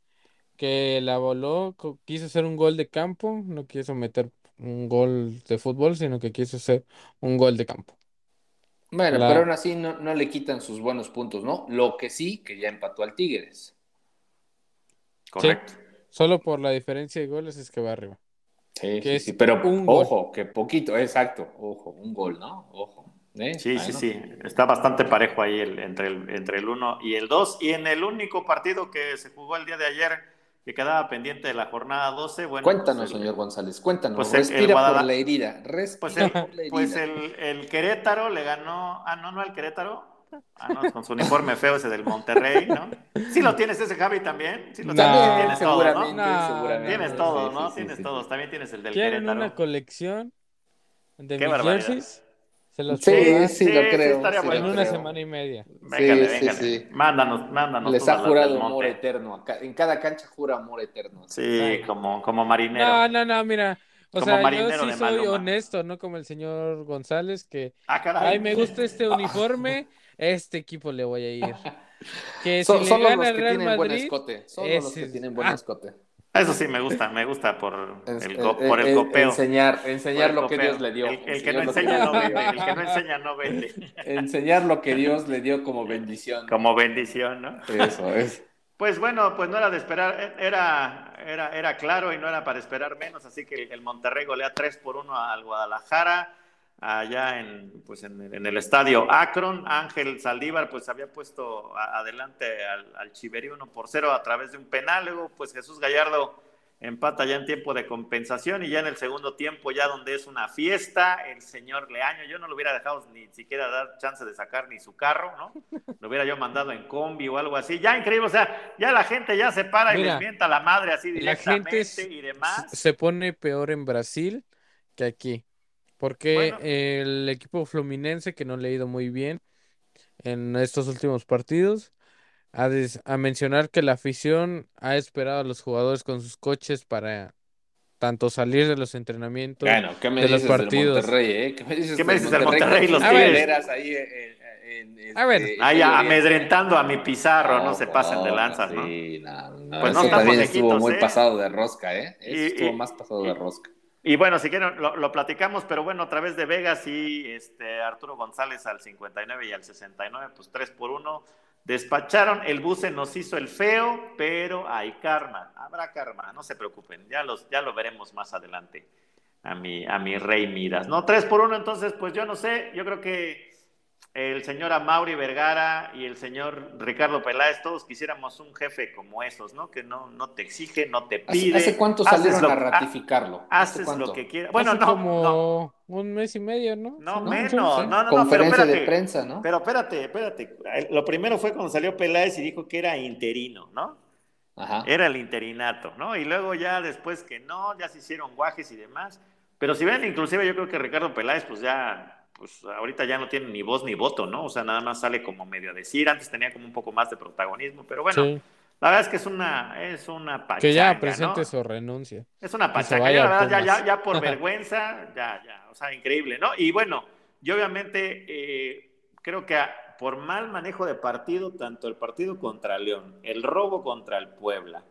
que la voló, co- quiso hacer un gol de campo, no quiso meter un gol de fútbol, sino que quiso hacer un gol de campo.
Bueno,
La-
pero aún así no, no le quitan sus buenos puntos, ¿no? Lo que sí, que ya empató al Tigres.
Correcto.
Solo por la diferencia de goles es que va arriba.
Sí,
Que
sí,
es
sí. Pero
un gol.
ojo, que poquito, exacto. Ojo, un gol, ¿no? Ojo. ¿eh?
Sí, sí,
Bueno.
Ah,
sí. Está bastante parejo ahí el, entre, el, entre el 1 y el 2. Y en el único partido que se jugó el día de ayer, que quedaba pendiente de la jornada 12, bueno. pues,
Cuéntanos,
el-
señor González, cuéntanos.
pues el- el
Respira
Guadalajara-
por la herida. Respira
Pues el,
por la herida.
pues el, el Querétaro le ganó. Ah, no, no al Querétaro. Ah, no, con su uniforme feo ese del Monterrey, ¿no? Sí lo tienes ese Javi pues también. Sí lo
No,
tienes, tienes todo,
seguramente,
¿no?
No,
seguramente.
Tienes
Sí,
todo,
sí,
¿no?
sí,
tienes
sí,
todos.
sí.
También tienes el del
¿Quieren
Querétaro.
una colección de
Qué
mis
barbaridad.
jerseys? Se los
Sí,
puedo dar
sí, lo creo,
estaría
sí lo
en
bueno.
una
creo.
semana y media.
Sí,
Véngale,
sí,
véngale.
sí.
Mándanos, mándanos.
Les
todas
ha
las del
jurado
Monte.
amor eterno. Acá- En cada cancha jura amor eterno.
Sí, como, como marinero.
No, no, no, mira. O
Como
sea, yo
marinero
sí
de
soy
Maluma.
honesto, no como el señor González, que,
Ah, caray.
ay, me gusta este uniforme, este equipo le voy a ir. Que
Son-
si le
solo los
gana
que
el Real
tienen buen
Madrid,
escote. Solo los que
ese-
tienen buen
ah.
escote.
Eso sí me gusta, me gusta por
En-
el,
en-
co- por el
en-
copeo.
Enseñar, enseñar
Por el
lo que
copeo.
Dios le dio.
El, el que
Enseñar
no
lo que
enseña
Dios
no
le
vive,
dio.
el que no enseña no vende.
Enseñar lo que Dios le dio como bendición.
Como bendición, ¿no?
Eso es.
Pues bueno, pues no era de esperar, era, era, era claro y no era para esperar menos, así que el Monterrey golea 3 por 1 al Guadalajara, allá en, pues en, el- en el estadio Akron, Ángel Saldívar pues había puesto a- adelante al, al Chiverí 1 por 0 a través de un penal, luego pues Jesús Gallardo empata ya en tiempo de compensación y ya en el segundo tiempo, ya donde es una fiesta, el señor Leaño, yo no lo hubiera dejado ni siquiera dar chance de sacar ni su carro, ¿no? Lo hubiera yo mandado en combi o algo así. Ya increíble, o sea, ya la gente ya se para y
Mira,
les mienta la madre así
la
directamente
gente es-
y demás.
se pone peor en Brasil que aquí. Porque
Bueno.
el equipo fluminense, que no le ha ido muy bien en estos últimos partidos, a, des- a mencionar que la afición ha esperado a los jugadores con sus coches para tanto salir de los entrenamientos.
Bueno, ¿qué me
de los
dices
partidos.
del Monterrey, eh? ¿Qué me dices,
¿Qué me dices del Monterrey
Monterrey
y los
con
Tigres?
banderas ahí en- en- en,
A ver.
este,
Ahí a-
Oriente?
amedrentando a mi pizarro, no se pasen de
no,
lanzas, ¿no?
sí, no, no, eso
Pues no están
también estuvo
conejitos,
muy
¿eh?
pasado de rosca, ¿eh? Eso
Y-
estuvo
y-
más pasado
y-
de rosca.
Y bueno, si quieren, lo, lo platicamos, pero bueno, a través de Vegas y este, Arturo González al 59 y al 69, pues 3 por 1. Despacharon, el bus se nos hizo el feo, pero hay karma, habrá karma, no se preocupen, ya, los, ya lo veremos más adelante a mi, a mi rey Midas. No, 3 por 1, entonces, pues yo no sé, yo creo que el señor Amauri Vergara y el señor Ricardo Peláez, todos quisiéramos un jefe como esos, ¿no? Que no, no te exige, no te
¿Hace,
pide.
hace cuánto
haces
salieron
lo-
a
ha-
ratificarlo? ¿Hace
haces
cuánto?
lo que quieras. Bueno,
Hace
no, no,
como un mes y medio, ¿no?
no,
Sí,
menos,
Sí,
no,
sí.
no, no, pero
Conferencia de
espérate.
prensa, ¿no?
Eh, Pero espérate, espérate. Lo primero fue cuando salió Peláez y dijo que era interino, ¿no?
Ajá.
Era el interinato, ¿no? Y luego ya después que no, ya se hicieron guajes y demás. Pero si ven, inclusive yo creo que Ricardo Peláez, pues ya, pues ahorita ya no tiene ni voz ni voto, ¿no? O sea, nada más sale como medio a decir. Antes tenía como un poco más de protagonismo, pero bueno,
Sí,
la verdad es que es una, es una pachanga,
que ya
¿no?
presente su renuncia.
Es una
se
pachanga,
vaya
ya,
a
la verdad, ya,
Pumas.
ya, ya por vergüenza, ya, ya, o sea, increíble, ¿no? Y bueno, yo obviamente eh, creo que a- por mal manejo de partido, tanto el partido contra León, el robo contra el Puebla,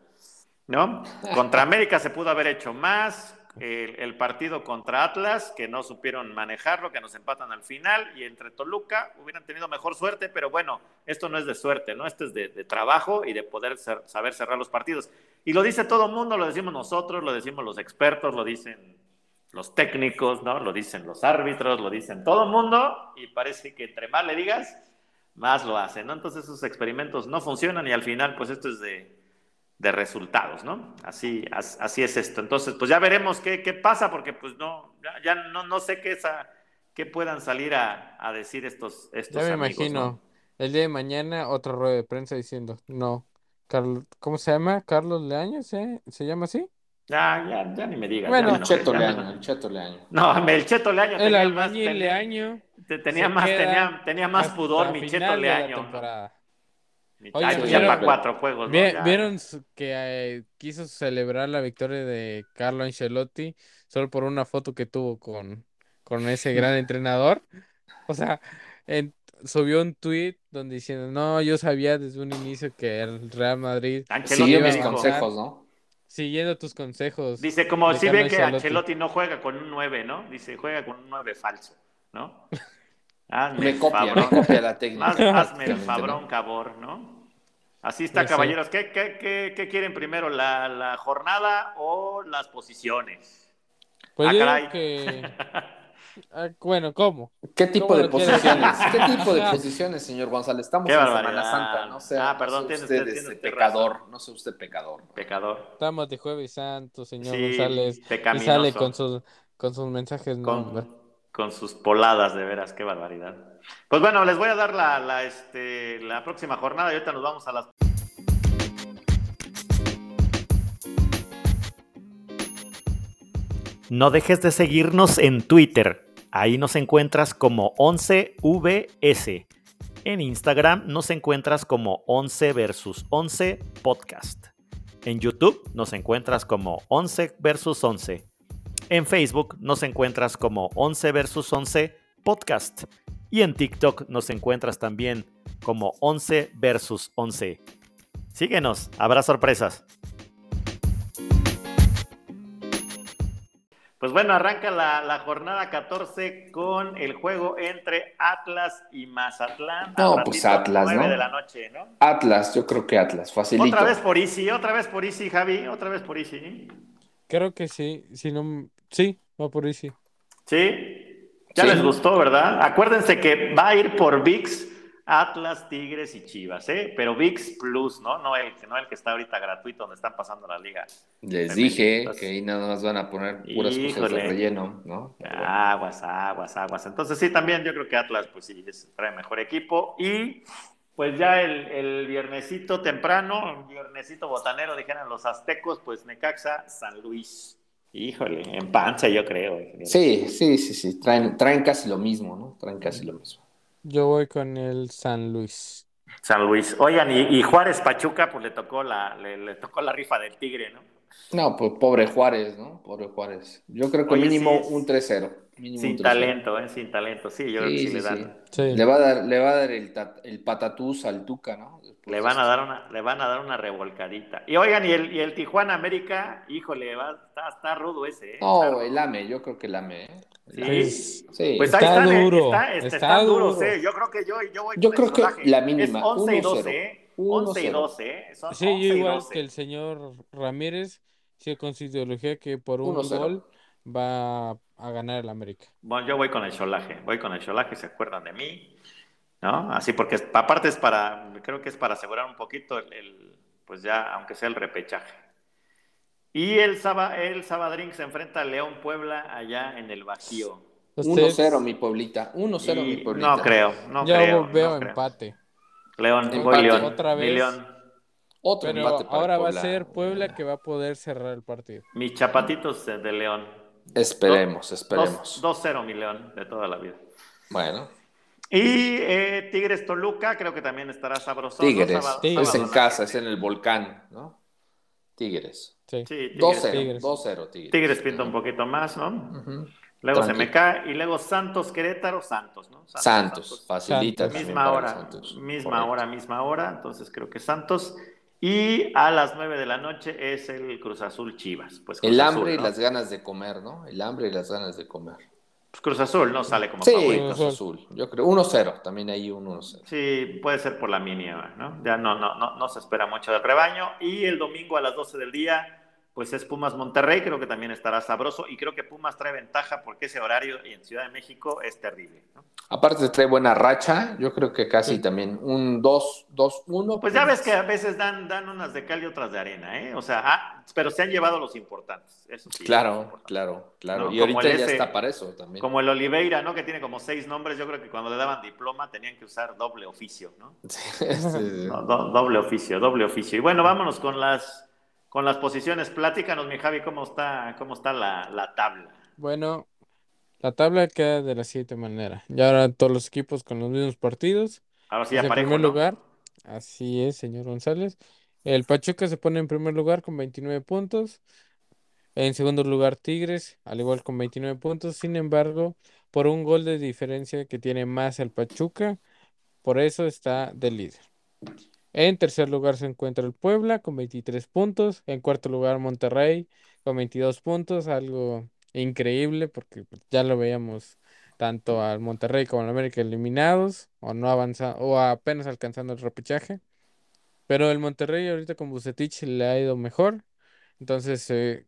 ¿no? Contra América se pudo haber hecho más, el, el partido contra Atlas, que no supieron manejarlo, que nos empatan al final, y entre Toluca hubieran tenido mejor suerte, pero bueno, esto no es de suerte, ¿no? Esto es de, de trabajo y de poder cer- saber cerrar los partidos. Y lo dice todo el mundo, lo decimos nosotros, lo decimos los expertos, lo dicen los técnicos, ¿no? Lo dicen los árbitros, lo dicen todo el mundo y parece que entre más le digas, más lo hacen, ¿no? Entonces esos experimentos no funcionan y al final pues esto es de, de resultados, ¿no? Así, as- así es esto. Entonces pues ya veremos qué, qué pasa porque pues no, ya, ya no, no sé qué, esa, qué puedan salir a, a decir estos, estos
Ya me
amigos, ¿no?
imagino. El día de mañana otra rueda de prensa diciendo, no, Carl- ¿cómo se llama? Carlos Leaños, ¿eh? ¿Se llama así?
Ya, ya, ya ni me digas. ya
Bueno,
El
me enojé,
Cheto
ya me
Leaño,
enojé.
el Cheto Leaño.
No, el Cheto Leaño
El
tenía más,
albañil
tenía-
Leaño.
te- tenía
se
más,
queda
tenía, tenía más
hasta
pudor mi Cheto
final de la
Leaño.
temporada.
Mi-
Oye,
Ay, pues ya
¿vieron-
para cuatro juegos. ¿no?
Vie-
Ya.
¿Vieron su- que eh, quiso celebrar la victoria de Carlo Ancelotti solo por una foto que tuvo con, con ese gran entrenador? O sea, en- subió un tweet donde diciendo, no, yo sabía desde un inicio que el Real Madrid,
Ancelotti
Siguió
me
mis
dijo,
consejos, ¿no?
siguiendo tus consejos,
Dice, como
de
si ve
Carlo
que
Ancelotti.
Ancelotti no juega con un 9, ¿no? Dice, juega con un 9 falso, ¿no? Hazme
Me
el
copia, me
fabrón.
copia la
Haz-
técnica.
hazme el
prácticamente, ¿no?
fabrón, cabor, ¿no? Así está,
Ya sé.
caballeros. ¿Qué, qué, qué, qué quieren primero, la, la jornada o las posiciones?
Pues
Ah,
yo digo
caray.
que, ah, bueno, ¿cómo?
¿Qué tipo
¿Cómo
de
lo quieres?
posiciones? ¿Qué tipo de posiciones, señor González? Estamos
Qué
en
barbaridad.
Semana Santa, no sea,
Ah, perdón,
no sea
tienes-
usted
tienes
este,
usted
pecador, no sea usted pecador.
Pecador.
Estamos de jueves santo, señor
Sí,
González, y
pecaminoso.
sale con sus, con sus mensajes, no, pues. hombre.
con, con sus poladas, de veras, qué barbaridad. Pues bueno, les voy a dar la, la, este, la próxima jornada y ahorita nos vamos a las...
No dejes de seguirnos en Twitter. Ahí nos encuentras como 11VS. En Instagram nos encuentras como 11 versus 11 podcast. En YouTube nos encuentras como 11 versus 11. En Facebook nos encuentras como 11 versus 11 podcast. Y en TikTok nos encuentras también como 11 versus 11. Síguenos, habrá sorpresas.
Pues bueno, arranca la, la jornada 14 con el juego entre Atlas y Mazatlán. Al
No,
ratito,
pues
a las
Atlas,
nueve
¿no?
de la noche, ¿no?
Atlas, yo creo que Atlas, facilito.
Otra vez por Easy, otra vez por Easy, Javi, otra vez por Easy.
Creo que sí, si no, sí, va por ahí sí.
¿Sí? Ya
Sí.
les gustó, ¿verdad? Acuérdense que va a ir por VIX, Atlas, Tigres y Chivas, ¿eh? Pero VIX Plus, ¿no? No el, no el que está ahorita gratuito donde están pasando la liga.
Les
Tremendo.
dije
Entonces-
que ahí nada más van a poner puras cosas de
Híjole.
relleno, ¿no? Pero bueno.
Aguas, aguas, aguas. Entonces sí, también yo creo que Atlas, pues sí, es- trae mejor equipo. Y pues ya el, el viernesito temprano, el viernesito botanero, dijeron los aztecos, pues Necaxa, San Luis. Híjole, en panza yo creo. ingeniero.
Sí, sí, sí, sí, traen, traen casi lo mismo, ¿no? Traen casi lo mismo.
Yo voy con el San Luis.
San Luis. Oigan, y, y Juárez Pachuca, pues le tocó la, le, le tocó la rifa del tigre, ¿no?
No, pues pobre Juárez, ¿no? Pobre Juárez. Yo creo que
Oye, sí
mínimo
es-
un 3-0. mínimo un
Sin
3-0.
talento, ¿eh? Sin talento. Sí, yo creo que sí, le dan.
Sí.
Le va a dar, le va a dar el, ta- el patatús al Tuca, ¿no?
Le van a dar una, le van a dar una revolcadita. Y oigan, y el, y el Tijuana América, híjole, va, está, está rudo ese, ¿eh? Está
No,
rudo.
Oh, el AME, yo creo que el AME. ¿eh? El AME.
Pues,
Sí.
Pues
Está
ahí están, eh,
duro,
está- este,
está
están duros,
duro.
eh. Yo creo que yo, yo voy
Yo
con
creo
el
que
rodaje.
la mínima,
Es 11 y
1-0,
12, eh. 11 y
1-0.
12, eh. Son
sí,
11 y
yo igual
12.
que el señor Ramírez, sí, con su ideología que por un
1-0.
gol va a ganar el América.
Bueno, yo voy con el cholaje, voy con el cholaje, se acuerdan de mí, ¿no? Así porque es- aparte es para, creo que es para asegurar un poquito el, el- pues ya, aunque sea el repechaje. Y el, Saba, el Sabadrín se enfrenta a León Puebla allá en el Bajío.
1-0, mi pueblita. 1-0, mi
Y
pueblita.
no creo, no
yo
creo.
veo
no creo.
empate.
León, voy
Empate.
León.
Otra
mi
vez.
León.
Otro
Pero
empate para
ahora va a
Puebla.
ser Puebla que va a poder cerrar el partido.
Mis chapatitos de de León.
Esperemos,
Dos-
esperemos.
2-0, mi León, de toda la vida.
Bueno,
Y eh, Tigres Toluca, creo que también estará sabroso. ¿no?
Tigres.
Sábado-
Tigres.
Es en
sábado,
casa,
¿no?
es en el volcán, ¿no? Tigres.
Sí.
Sí, Tigres.
2-0,
Tigres.
2-0 Tigres.
Tigres pinta un poquito más, ¿no?
Ujú.
Luego se
Tranqui.
me cae. Y luego Santos Querétaro, Santos, ¿no?
Santos, facilita
Santos.
también
Misma
para
hora,
Santos.
misma
Correcto.
hora, misma hora. Entonces creo que Santos. Y a las 9 de la noche es el Cruz Azul Chivas. Pues Cruz
El
Azul,
hambre y
¿no?
las ganas de comer, ¿no? El hambre y las ganas de comer.
Pues Cruz Azul no sale como
Sí,
favorito.
Cruz Azul. Yo creo 1-0, también hay un 1-0.
Sí, puede ser por la mínima, ¿no? Ya no, no, no, no se espera mucho del rebaño. Y el domingo a las 12 del día, pues es Pumas Monterrey, creo que también estará sabroso. Y creo que Pumas trae ventaja porque ese horario en Ciudad de México es terrible. ¿no?
Aparte trae buena racha, yo creo que casi también un 2, 2, 1.
Pues ya ves que a veces dan, dan unas de cal y otras de arena, ¿eh? O sea, ah, pero se han llevado los importantes. Eso sí. los
Claro,
importantes.
claro, claro.
No,
y
como
ahorita
el
ya
ese-
está para eso también.
Como el Oliveira, ¿no? Que tiene como seis nombres. Yo creo que cuando le daban diploma tenían que usar doble oficio, ¿no?
Sí, sí, sí.
No, do- doble oficio, doble oficio. Y bueno, vámonos con las con las posiciones. Platícanos, mi Javi, cómo está, cómo está la, la tabla.
Bueno, la tabla queda de la siguiente manera. Ya ahora todos los equipos con los mismos partidos.
Pues
Ahora sí
Es
ya
en
parejo,
primer
¿no?
lugar, así es, señor González. El Pachuca se pone en primer lugar con 29 puntos. En segundo lugar, Tigres, al igual con 29 puntos. Sin embargo, por un gol de diferencia que tiene más el Pachuca, por eso está de líder. En tercer lugar se encuentra el Puebla con 23 puntos. En cuarto lugar, Monterrey con 22 puntos. Algo increíble porque pues, ya lo veíamos tanto al Monterrey como al América eliminados o no avanzando o apenas alcanzando el repechaje. Pero el Monterrey ahorita con Bucetich le ha ido mejor. Entonces, eh,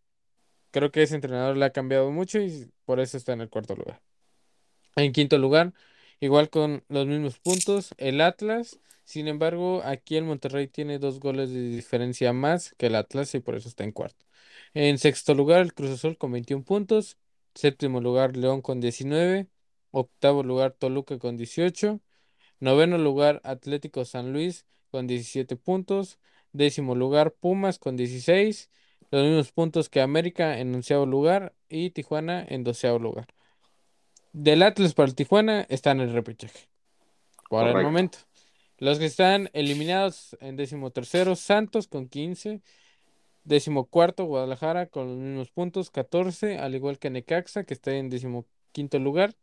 creo que ese entrenador le ha cambiado mucho y por eso está en el cuarto lugar. En quinto lugar, igual con los mismos puntos, el Atlas. Sin embargo, aquí el Monterrey tiene dos goles de diferencia más que el Atlas y por eso está en cuarto. En sexto lugar, el Cruz Azul con 21 puntos. Séptimo lugar, León con 19. Octavo lugar, Toluca con 18. Noveno lugar, Atlético San Luis con 17 puntos. Décimo lugar, Pumas con 16. Los mismos puntos que América en onceavo lugar y Tijuana en doceavo lugar. Del Atlas para el Tijuana está en el repechaje. Por el
Correcto.
momento. Los que están eliminados en décimo tercero, Santos con 15. Décimo cuarto, Guadalajara con los mismos puntos, 14, al igual que Necaxa, que está en décimo quinto lugar.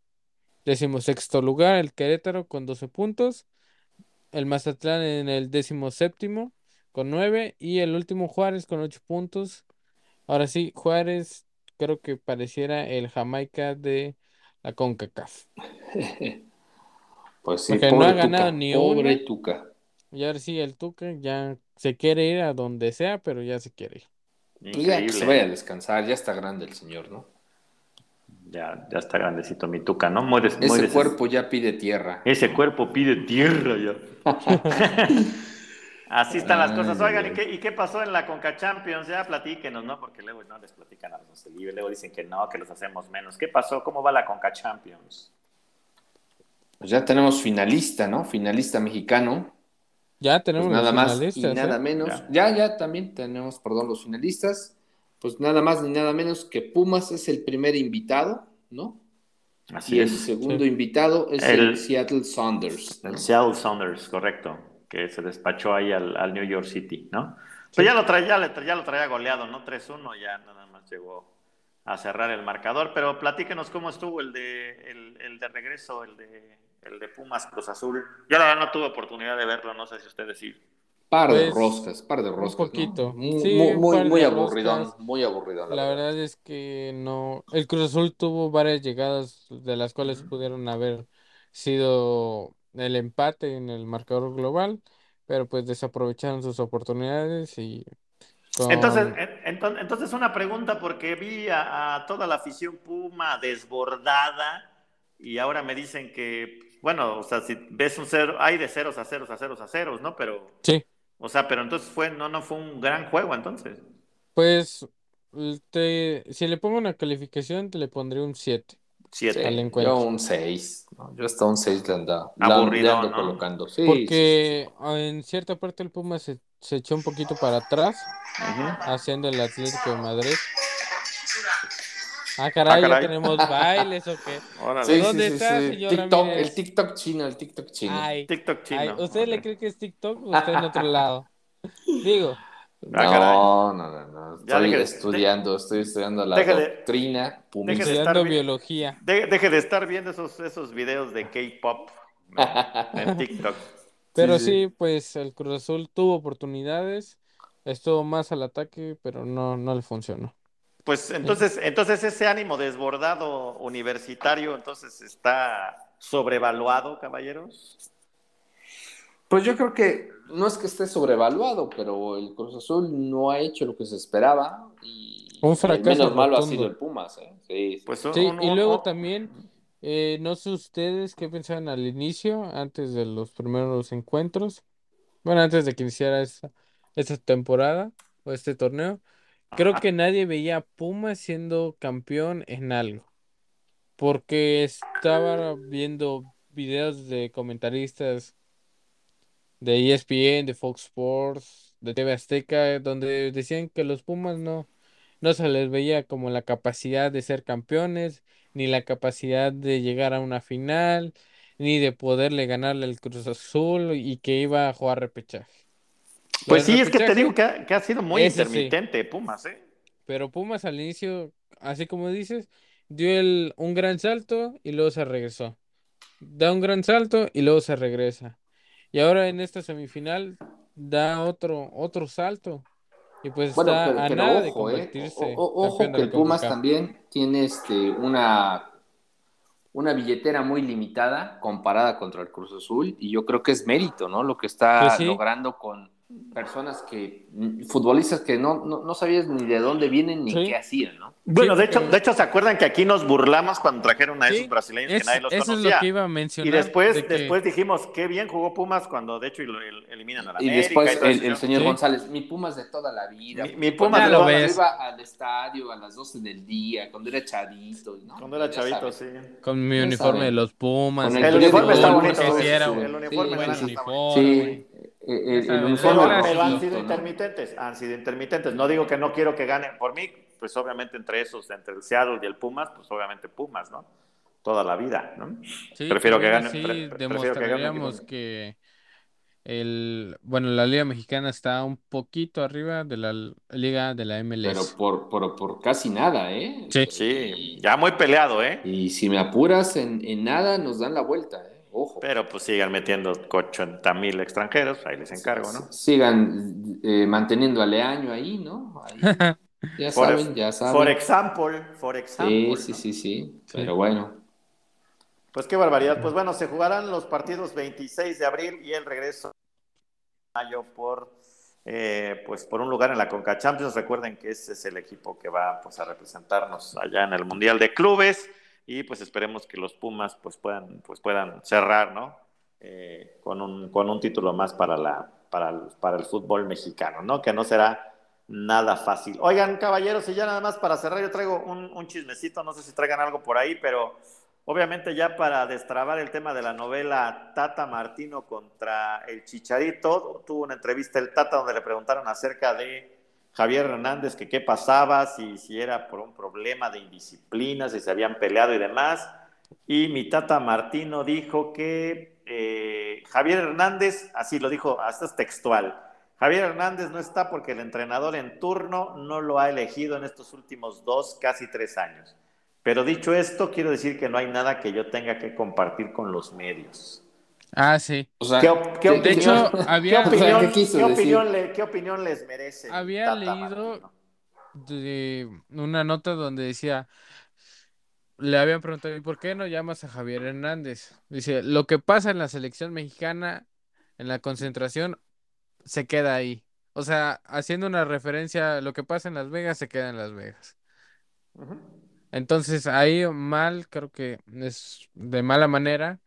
Décimo sexto lugar, el Querétaro con 12 puntos. El Mazatlán en el décimo séptimo con 9. Y el último Juárez con 8 puntos. Ahora sí, Juárez creo que pareciera el Jamaica de la CONCACAF.
Pues sí,
Porque no
pobre
ha ganado
Tuca,
ni
pobre
una.
Tuca.
Y ahora sí, el Tuca ya se quiere ir a donde sea, pero ya se quiere ir.
Pues ya que se
Increíble.
vaya a descansar, ya está grande el señor, ¿no?
Ya, ya está grandecito mi tuca, ¿no? Muy des- muy
Ese
deses-
cuerpo ya pide tierra.
Ese cuerpo pide tierra ya. Así están las cosas.
Ay,
Oigan, ¿y
ay.
qué, y qué pasó en la Conca Champions? Ya platíquenos, ¿no? Porque luego no les platican a los del IBE, luego dicen que no, que los hacemos menos. ¿Qué pasó? ¿Cómo va la Conca Champions?
Pues ya tenemos finalista, ¿no? Finalista mexicano.
Ya
Pues
tenemos los
nada más y
finalistas, ¿eh?
nada menos. Ya. ya, también tenemos, perdón, los finalistas. Pues nada más ni nada menos que Pumas es el primer invitado, ¿no?
Así
Y el
es.
segundo
Sí.
invitado es el,
El-
Seattle Saunders. ¿no?
El Seattle Sounders, correcto, que se despachó ahí al, al New York City, ¿no?
Sí.
Pero ya lo traía, ya, le tra- ya lo traía goleado, ¿no? 3-1, ya nada más llegó a cerrar el marcador. Pero platíquenos cómo estuvo el de, el, el de regreso, el de, el de Pumas Cruz Azul. Yo la verdad no tuve oportunidad de verlo, no sé si ustedes sí.
Par de
Pues,
roscas, par de roscas. ¿no?
poquito.
Muy,
Sí,
muy, muy,
par de
muy aburridón,
roscas.
muy aburridón. La,
La
verdad.
verdad es que no. El Cruz Azul tuvo varias llegadas de las cuales
Ujú.
pudieron haber sido el empate en el marcador global, pero pues desaprovecharon sus oportunidades y
Entonces,
con...
en- enton- entonces una pregunta porque vi a, a toda la afición Puma desbordada y ahora me dicen que, bueno, o sea, si ves un cero, hay de ceros a ceros a ceros a ceros, ¿no? Pero,
Sí,
o sea, pero entonces fue, no, no fue un gran juego entonces.
pues te- si le pongo una calificación, te le pondría un 7.
Siete.
al encuentro.
Yo un 6. Yo hasta un 6 le andaba.
Aburrido,
le ando
¿no?
colocando. Sí,
Porque en cierta parte el Puma se, se echó un poquito para atrás,
Ujú.
haciendo el Atlético de Madrid. Ah, caray, ya
caray.
tenemos bailes o qué.
Órale.
Sí, sí,
¿Dónde
sí,
está,
sí.
señor
TikTok,
Ramírez?
el TikTok chino, el TikTok chino.
Ay,
TikTok chino.
ay, ¿usted le
Ok.
cree que es TikTok? Usted en otro lado. Digo,
Ah, caray.
no, no, no, no.
Ya
Estoy
deje de-
estudiando, estoy estudiando la
deje de-
doctrina
deje
pumista.
de-
estudiando
bien.
biología.
De- deje de estar viendo esos, esos videos de K-pop en TikTok.
Pero
Sí,
sí,
sí.
pues el Cruz Azul tuvo oportunidades, estuvo más al ataque, pero no, no le funcionó.
Pues entonces, entonces ese ánimo desbordado universitario, entonces está sobrevaluado, caballeros.
Pues yo creo que no es que esté sobrevaluado, pero el Cruz Azul no ha hecho lo que se esperaba. Y
Un
el
fracaso
menos malo ha
rotundo.
sido el Pumas, ¿eh? Sí, sí.
Pues un-
Sí,
un-
y
un-
luego
un-
también, eh, no sé ustedes qué pensaban al inicio, antes de los primeros encuentros, bueno, antes de que iniciara esta, esta temporada o este torneo, creo
Ajá.
que nadie veía a Puma siendo campeón en algo, porque estaba viendo videos de comentaristas de E ESPN, de Fox Sports, de TV Azteca, donde decían que los Pumas no, no se les veía como la capacidad de ser campeones, ni la capacidad de llegar a una final, ni de poderle ganarle al Cruz Azul y que iba a jugar repechaje. Lo
Pues
del
sí, es que te
repechaje,
digo que ha, que ha sido muy
Ese sí.
intermitente Pumas, ¿eh?
Pero Pumas al inicio, así como dices, dio el, un gran salto y luego se regresó. Da un gran salto y luego se regresa. Y ahora en esta semifinal da otro, otro salto. Y pues
Bueno,
está
pero,
a
pero
nada de
ojo, ¿eh?
convertirse
O- o- ojo
campeón
que
de la
el Pumas
CONCACAF.
también tiene este, una, una billetera muy limitada comparada contra el Cruz Azul y yo creo que es mérito, ¿no? Lo que está
Pues sí.
logrando con personas que, futbolistas que no, no, no sabías ni de dónde vienen ni
Sí.
qué hacían, ¿no?
Bueno,
Sí,
de hecho,
pero-
de hecho, ¿se acuerdan que aquí nos burlamos cuando trajeron a
Sí,
esos brasileños que
Es-
nadie los
eso es lo
conocía?
que iba a
y
mencionar.
después,
de que-
después dijimos qué bien jugó Pumas cuando de hecho el- el- eliminan a la
Y
América.
después
todo
el,
eso.
el señor
Sí.
González, mi Pumas de toda la vida.
Mi- mi
Cuando
Pumas
de toda
iba-
la
cuando
vida.
iba al estadio a las 12 del día, cuando era chavito, ¿no?
Cuando era
Ya
chavito,
sabes.
sí.
Con mi
Ya
uniforme
saben.
de los Pumas.
Con
El
periódico,
uniforme está
¿no?
bonito.
Que
ese,
sí era,
el
güey.
uniforme
Sí,
blanco
sí,
está bonito.
uniforme.
Sí, eh, el,
Ya
el
saben,
uniforme
de
Pero,
Gracias.
pero han
rojito,
sido
¿no?
intermitentes, han sido intermitentes. No digo que no quiero que gane. Por mí, pues obviamente entre esos, entre el Seattle y el Pumas, pues obviamente Pumas, ¿no? Toda la vida, ¿no?
Sí,
Prefiero que
también
gane-
así
pre- prefiero que gane un
demostraríamos
equipo.
que el, bueno, la Liga Mexicana está un poquito arriba de la l- Liga de la
Pero
MLS.
por, por, por casi nada, ¿eh?
Sí.
Sí, ya muy peleado, ¿eh?
Y si me apuras, en, en nada nos dan la vuelta, ¿eh? Ojo.
Pero pues sigan metiendo 80 mil extranjeros, ahí les encargo, ¿no?
Sigan eh, manteniendo a Leaño ahí, ¿no? Ahí. Ya
For-
saben, ya saben.
For example, for
sí,
example.
sí,
¿no?
sí, sí. Pero bueno.
Pues qué barbaridad. Pues bueno, se jugarán los partidos 26 de abril y el regreso de mayo por, eh, pues por un lugar en la Conca Champions. Recuerden que ese es el equipo que va pues, a representarnos allá en el Mundial de Clubes y pues esperemos que los Pumas pues puedan, pues puedan cerrar, ¿no? Eh, con, un, con un título más para, la, para, el, para el fútbol mexicano, ¿no? Que no será nada fácil. Oigan, caballeros, y ya nada más para cerrar, yo traigo un, un chismecito, no sé si traigan algo por ahí, pero obviamente ya para destrabar el tema de la novela Tata Martino contra el Chicharito, tuvo una entrevista el Tata donde le preguntaron acerca de Javier Hernández, que qué pasaba, si, si era por un problema de indisciplina, si se habían peleado y demás. Y mi tata Martino dijo que eh, Javier Hernández, así lo dijo, hasta es textual, Javier Hernández no está porque el entrenador en turno no lo ha elegido en estos últimos dos, casi tres años. Pero dicho esto, quiero decir que no hay nada que yo tenga que compartir con los medios.
Ah, sí.
O sea,
¿Qué, qué
¿qué-
De
opinión,
hecho,
qué
había-
qué opinión-
o sea, ¿qué quiso
qué
decir?
opinión le- qué opinión les merece? mi
Había
Tata
leído-
Martino?
De una nota donde decía, le habían preguntado, ¿y por qué no llamas a Javier Hernández? Dice, lo que pasa en la selección mexicana, en la concentración, se queda ahí. O sea, haciendo una referencia, lo que pasa en Las Vegas se queda en Las Vegas.
Ujú.
Entonces, ahí mal, creo que es de mala manera,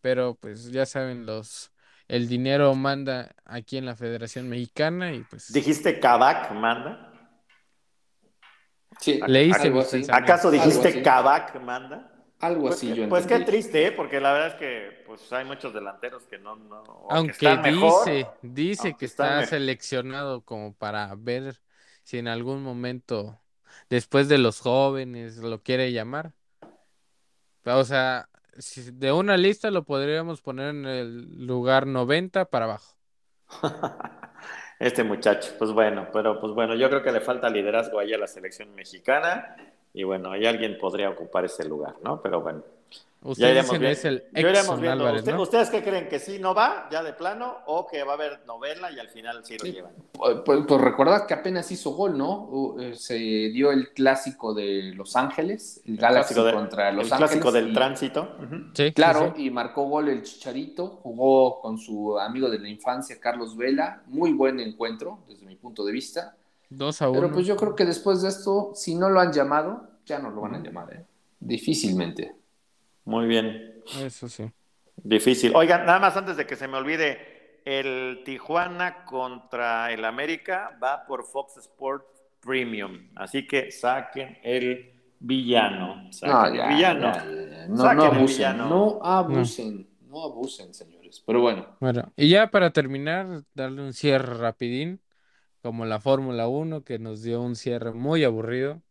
pero pues ya saben, los el dinero manda aquí en la Federación Mexicana y pues
¿Dijiste Kabak, manda?
sí,
leíste
algo
mis
así.
pensamientos.
¿Acaso
Algo
dijiste
así.
Kabak, manda?
Algo
Pues,
así
que-
yo
pues qué
entendí.
triste, ¿eh? porque la verdad es que pues hay muchos delanteros que no, no o que
Aunque
están mejor.
dice, dice
aunque
que
están
está
mejor.
seleccionado como para ver si en algún momento, después de los jóvenes, lo quiere llamar. O sea, si de una lista lo podríamos poner en el lugar 90 para abajo.
Este muchacho, pues bueno, pero pues bueno, yo creo que le falta liderazgo ahí a la selección mexicana y bueno, ahí alguien podría ocupar ese lugar, ¿no? Pero bueno, ya
Ustedes
iremos
dicen
viendo.
es el
Yo iremos
Exxon
viendo.
Álvarez,
Usted-
¿no?
¿Ustedes qué creen? ¿Que sí no va ya de plano o que va a haber novela y al final sí lo
Sí.
llevan?
Pues, pues recordad que apenas hizo gol, ¿no? Uh, eh, Se dio el clásico de Los Ángeles, el, Galaxy
clásico de-
contra Los
el
Ángeles.
clásico del
y-
tránsito. Ujú.
Sí, sí,
Claro,
sí.
y marcó gol el Chicharito, jugó con su amigo de la infancia, Carlos Vela, muy buen encuentro desde mi punto de vista,
Dos a
pero
uno.
pues yo creo que después de esto, si no lo han llamado, ya no lo van a llamar, ¿eh? difícilmente.
Muy bien,
Eso sí.
difícil. Oigan, nada más antes de que se me olvide, el Tijuana contra el América va por Fox Sport Premium, así que saquen el villano, saquen
No,
el
Ah, ya,
villano.
ya, ya, no,
Saquen
no
el
abusen,
villano.
no abusen, no abusen, señores, pero bueno.
Bueno, y ya para terminar, darle un cierre rapidín, como la Fórmula 1, que nos dio un cierre muy aburrido,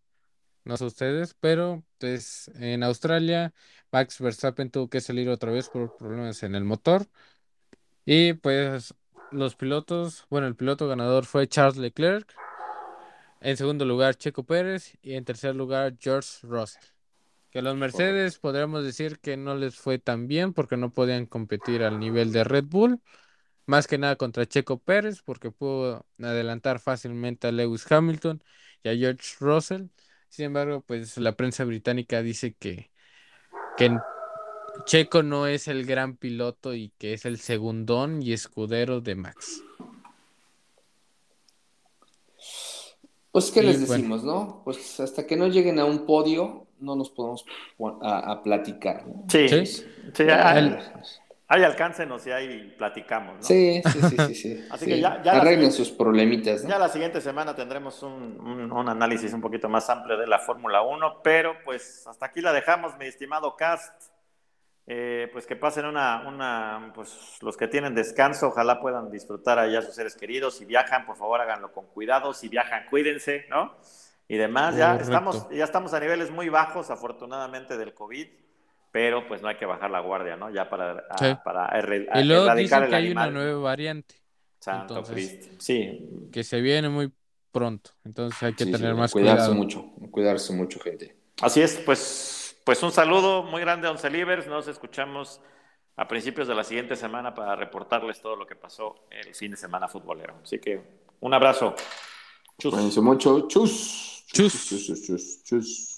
no sé ustedes, pero pues en Australia, Max Verstappen tuvo que salir otra vez por problemas en el motor, y pues los pilotos, bueno, el piloto ganador fue Charles Leclerc, en segundo lugar Checo Pérez, y en tercer lugar George Russell. Que los Mercedes podríamos decir que no les fue tan bien porque no podían competir al nivel de Red Bull. Más que nada contra Checo Pérez porque pudo adelantar fácilmente a Lewis Hamilton y a George Russell. Sin embargo, pues la prensa británica dice que, que Checo no es el gran piloto y que es el segundón y escudero de Max.
Pues, ¿qué
Y,
les
bueno.
decimos, no? Pues hasta que no lleguen a un podio, no nos podemos pon- a, a platicar. ¿no?
Sí,
Sí.
sí,
Ya,
ahí,
el-
ahí alcáncenos y ahí platicamos, ¿no?
Sí, sí, sí, sí. sí.
Así
Sí.
que ya- ya la-
Arreglen sus problemitas. ¿no?
Ya la siguiente semana tendremos un, un- un análisis un poquito más amplio de la Fórmula 1, pero pues hasta aquí la dejamos, mi estimado Cast. Eh, pues que pasen una, una, pues los que tienen descanso, ojalá puedan disfrutar allá a sus seres queridos. Si viajan, por favor, háganlo con cuidado. Si viajan, cuídense, ¿no? Y demás, ya
Correcto.
estamos, ya estamos a niveles muy bajos, afortunadamente, del COVID, pero pues no hay que bajar la guardia, ¿no? Ya para, a-
Sí.
para erre-
Y luego
erradicar
dicen
Ah, el
que hay una
animal.
nueva variante
Santo
entonces.
Cristo. Sí,
que se viene muy pronto, entonces hay que
Sí,
tener
sí,
más
cuidarse
cuidado.
mucho, cuidarse mucho, gente.
Así es, pues, pues un saludo muy grande a Once Libers. Nos escuchamos a principios de la siguiente semana para reportarles todo lo que pasó el fin de semana futbolero. Así que un abrazo. Chus.
Cuídense mucho. Chus.
Chus.
chus, chus, chus, chus.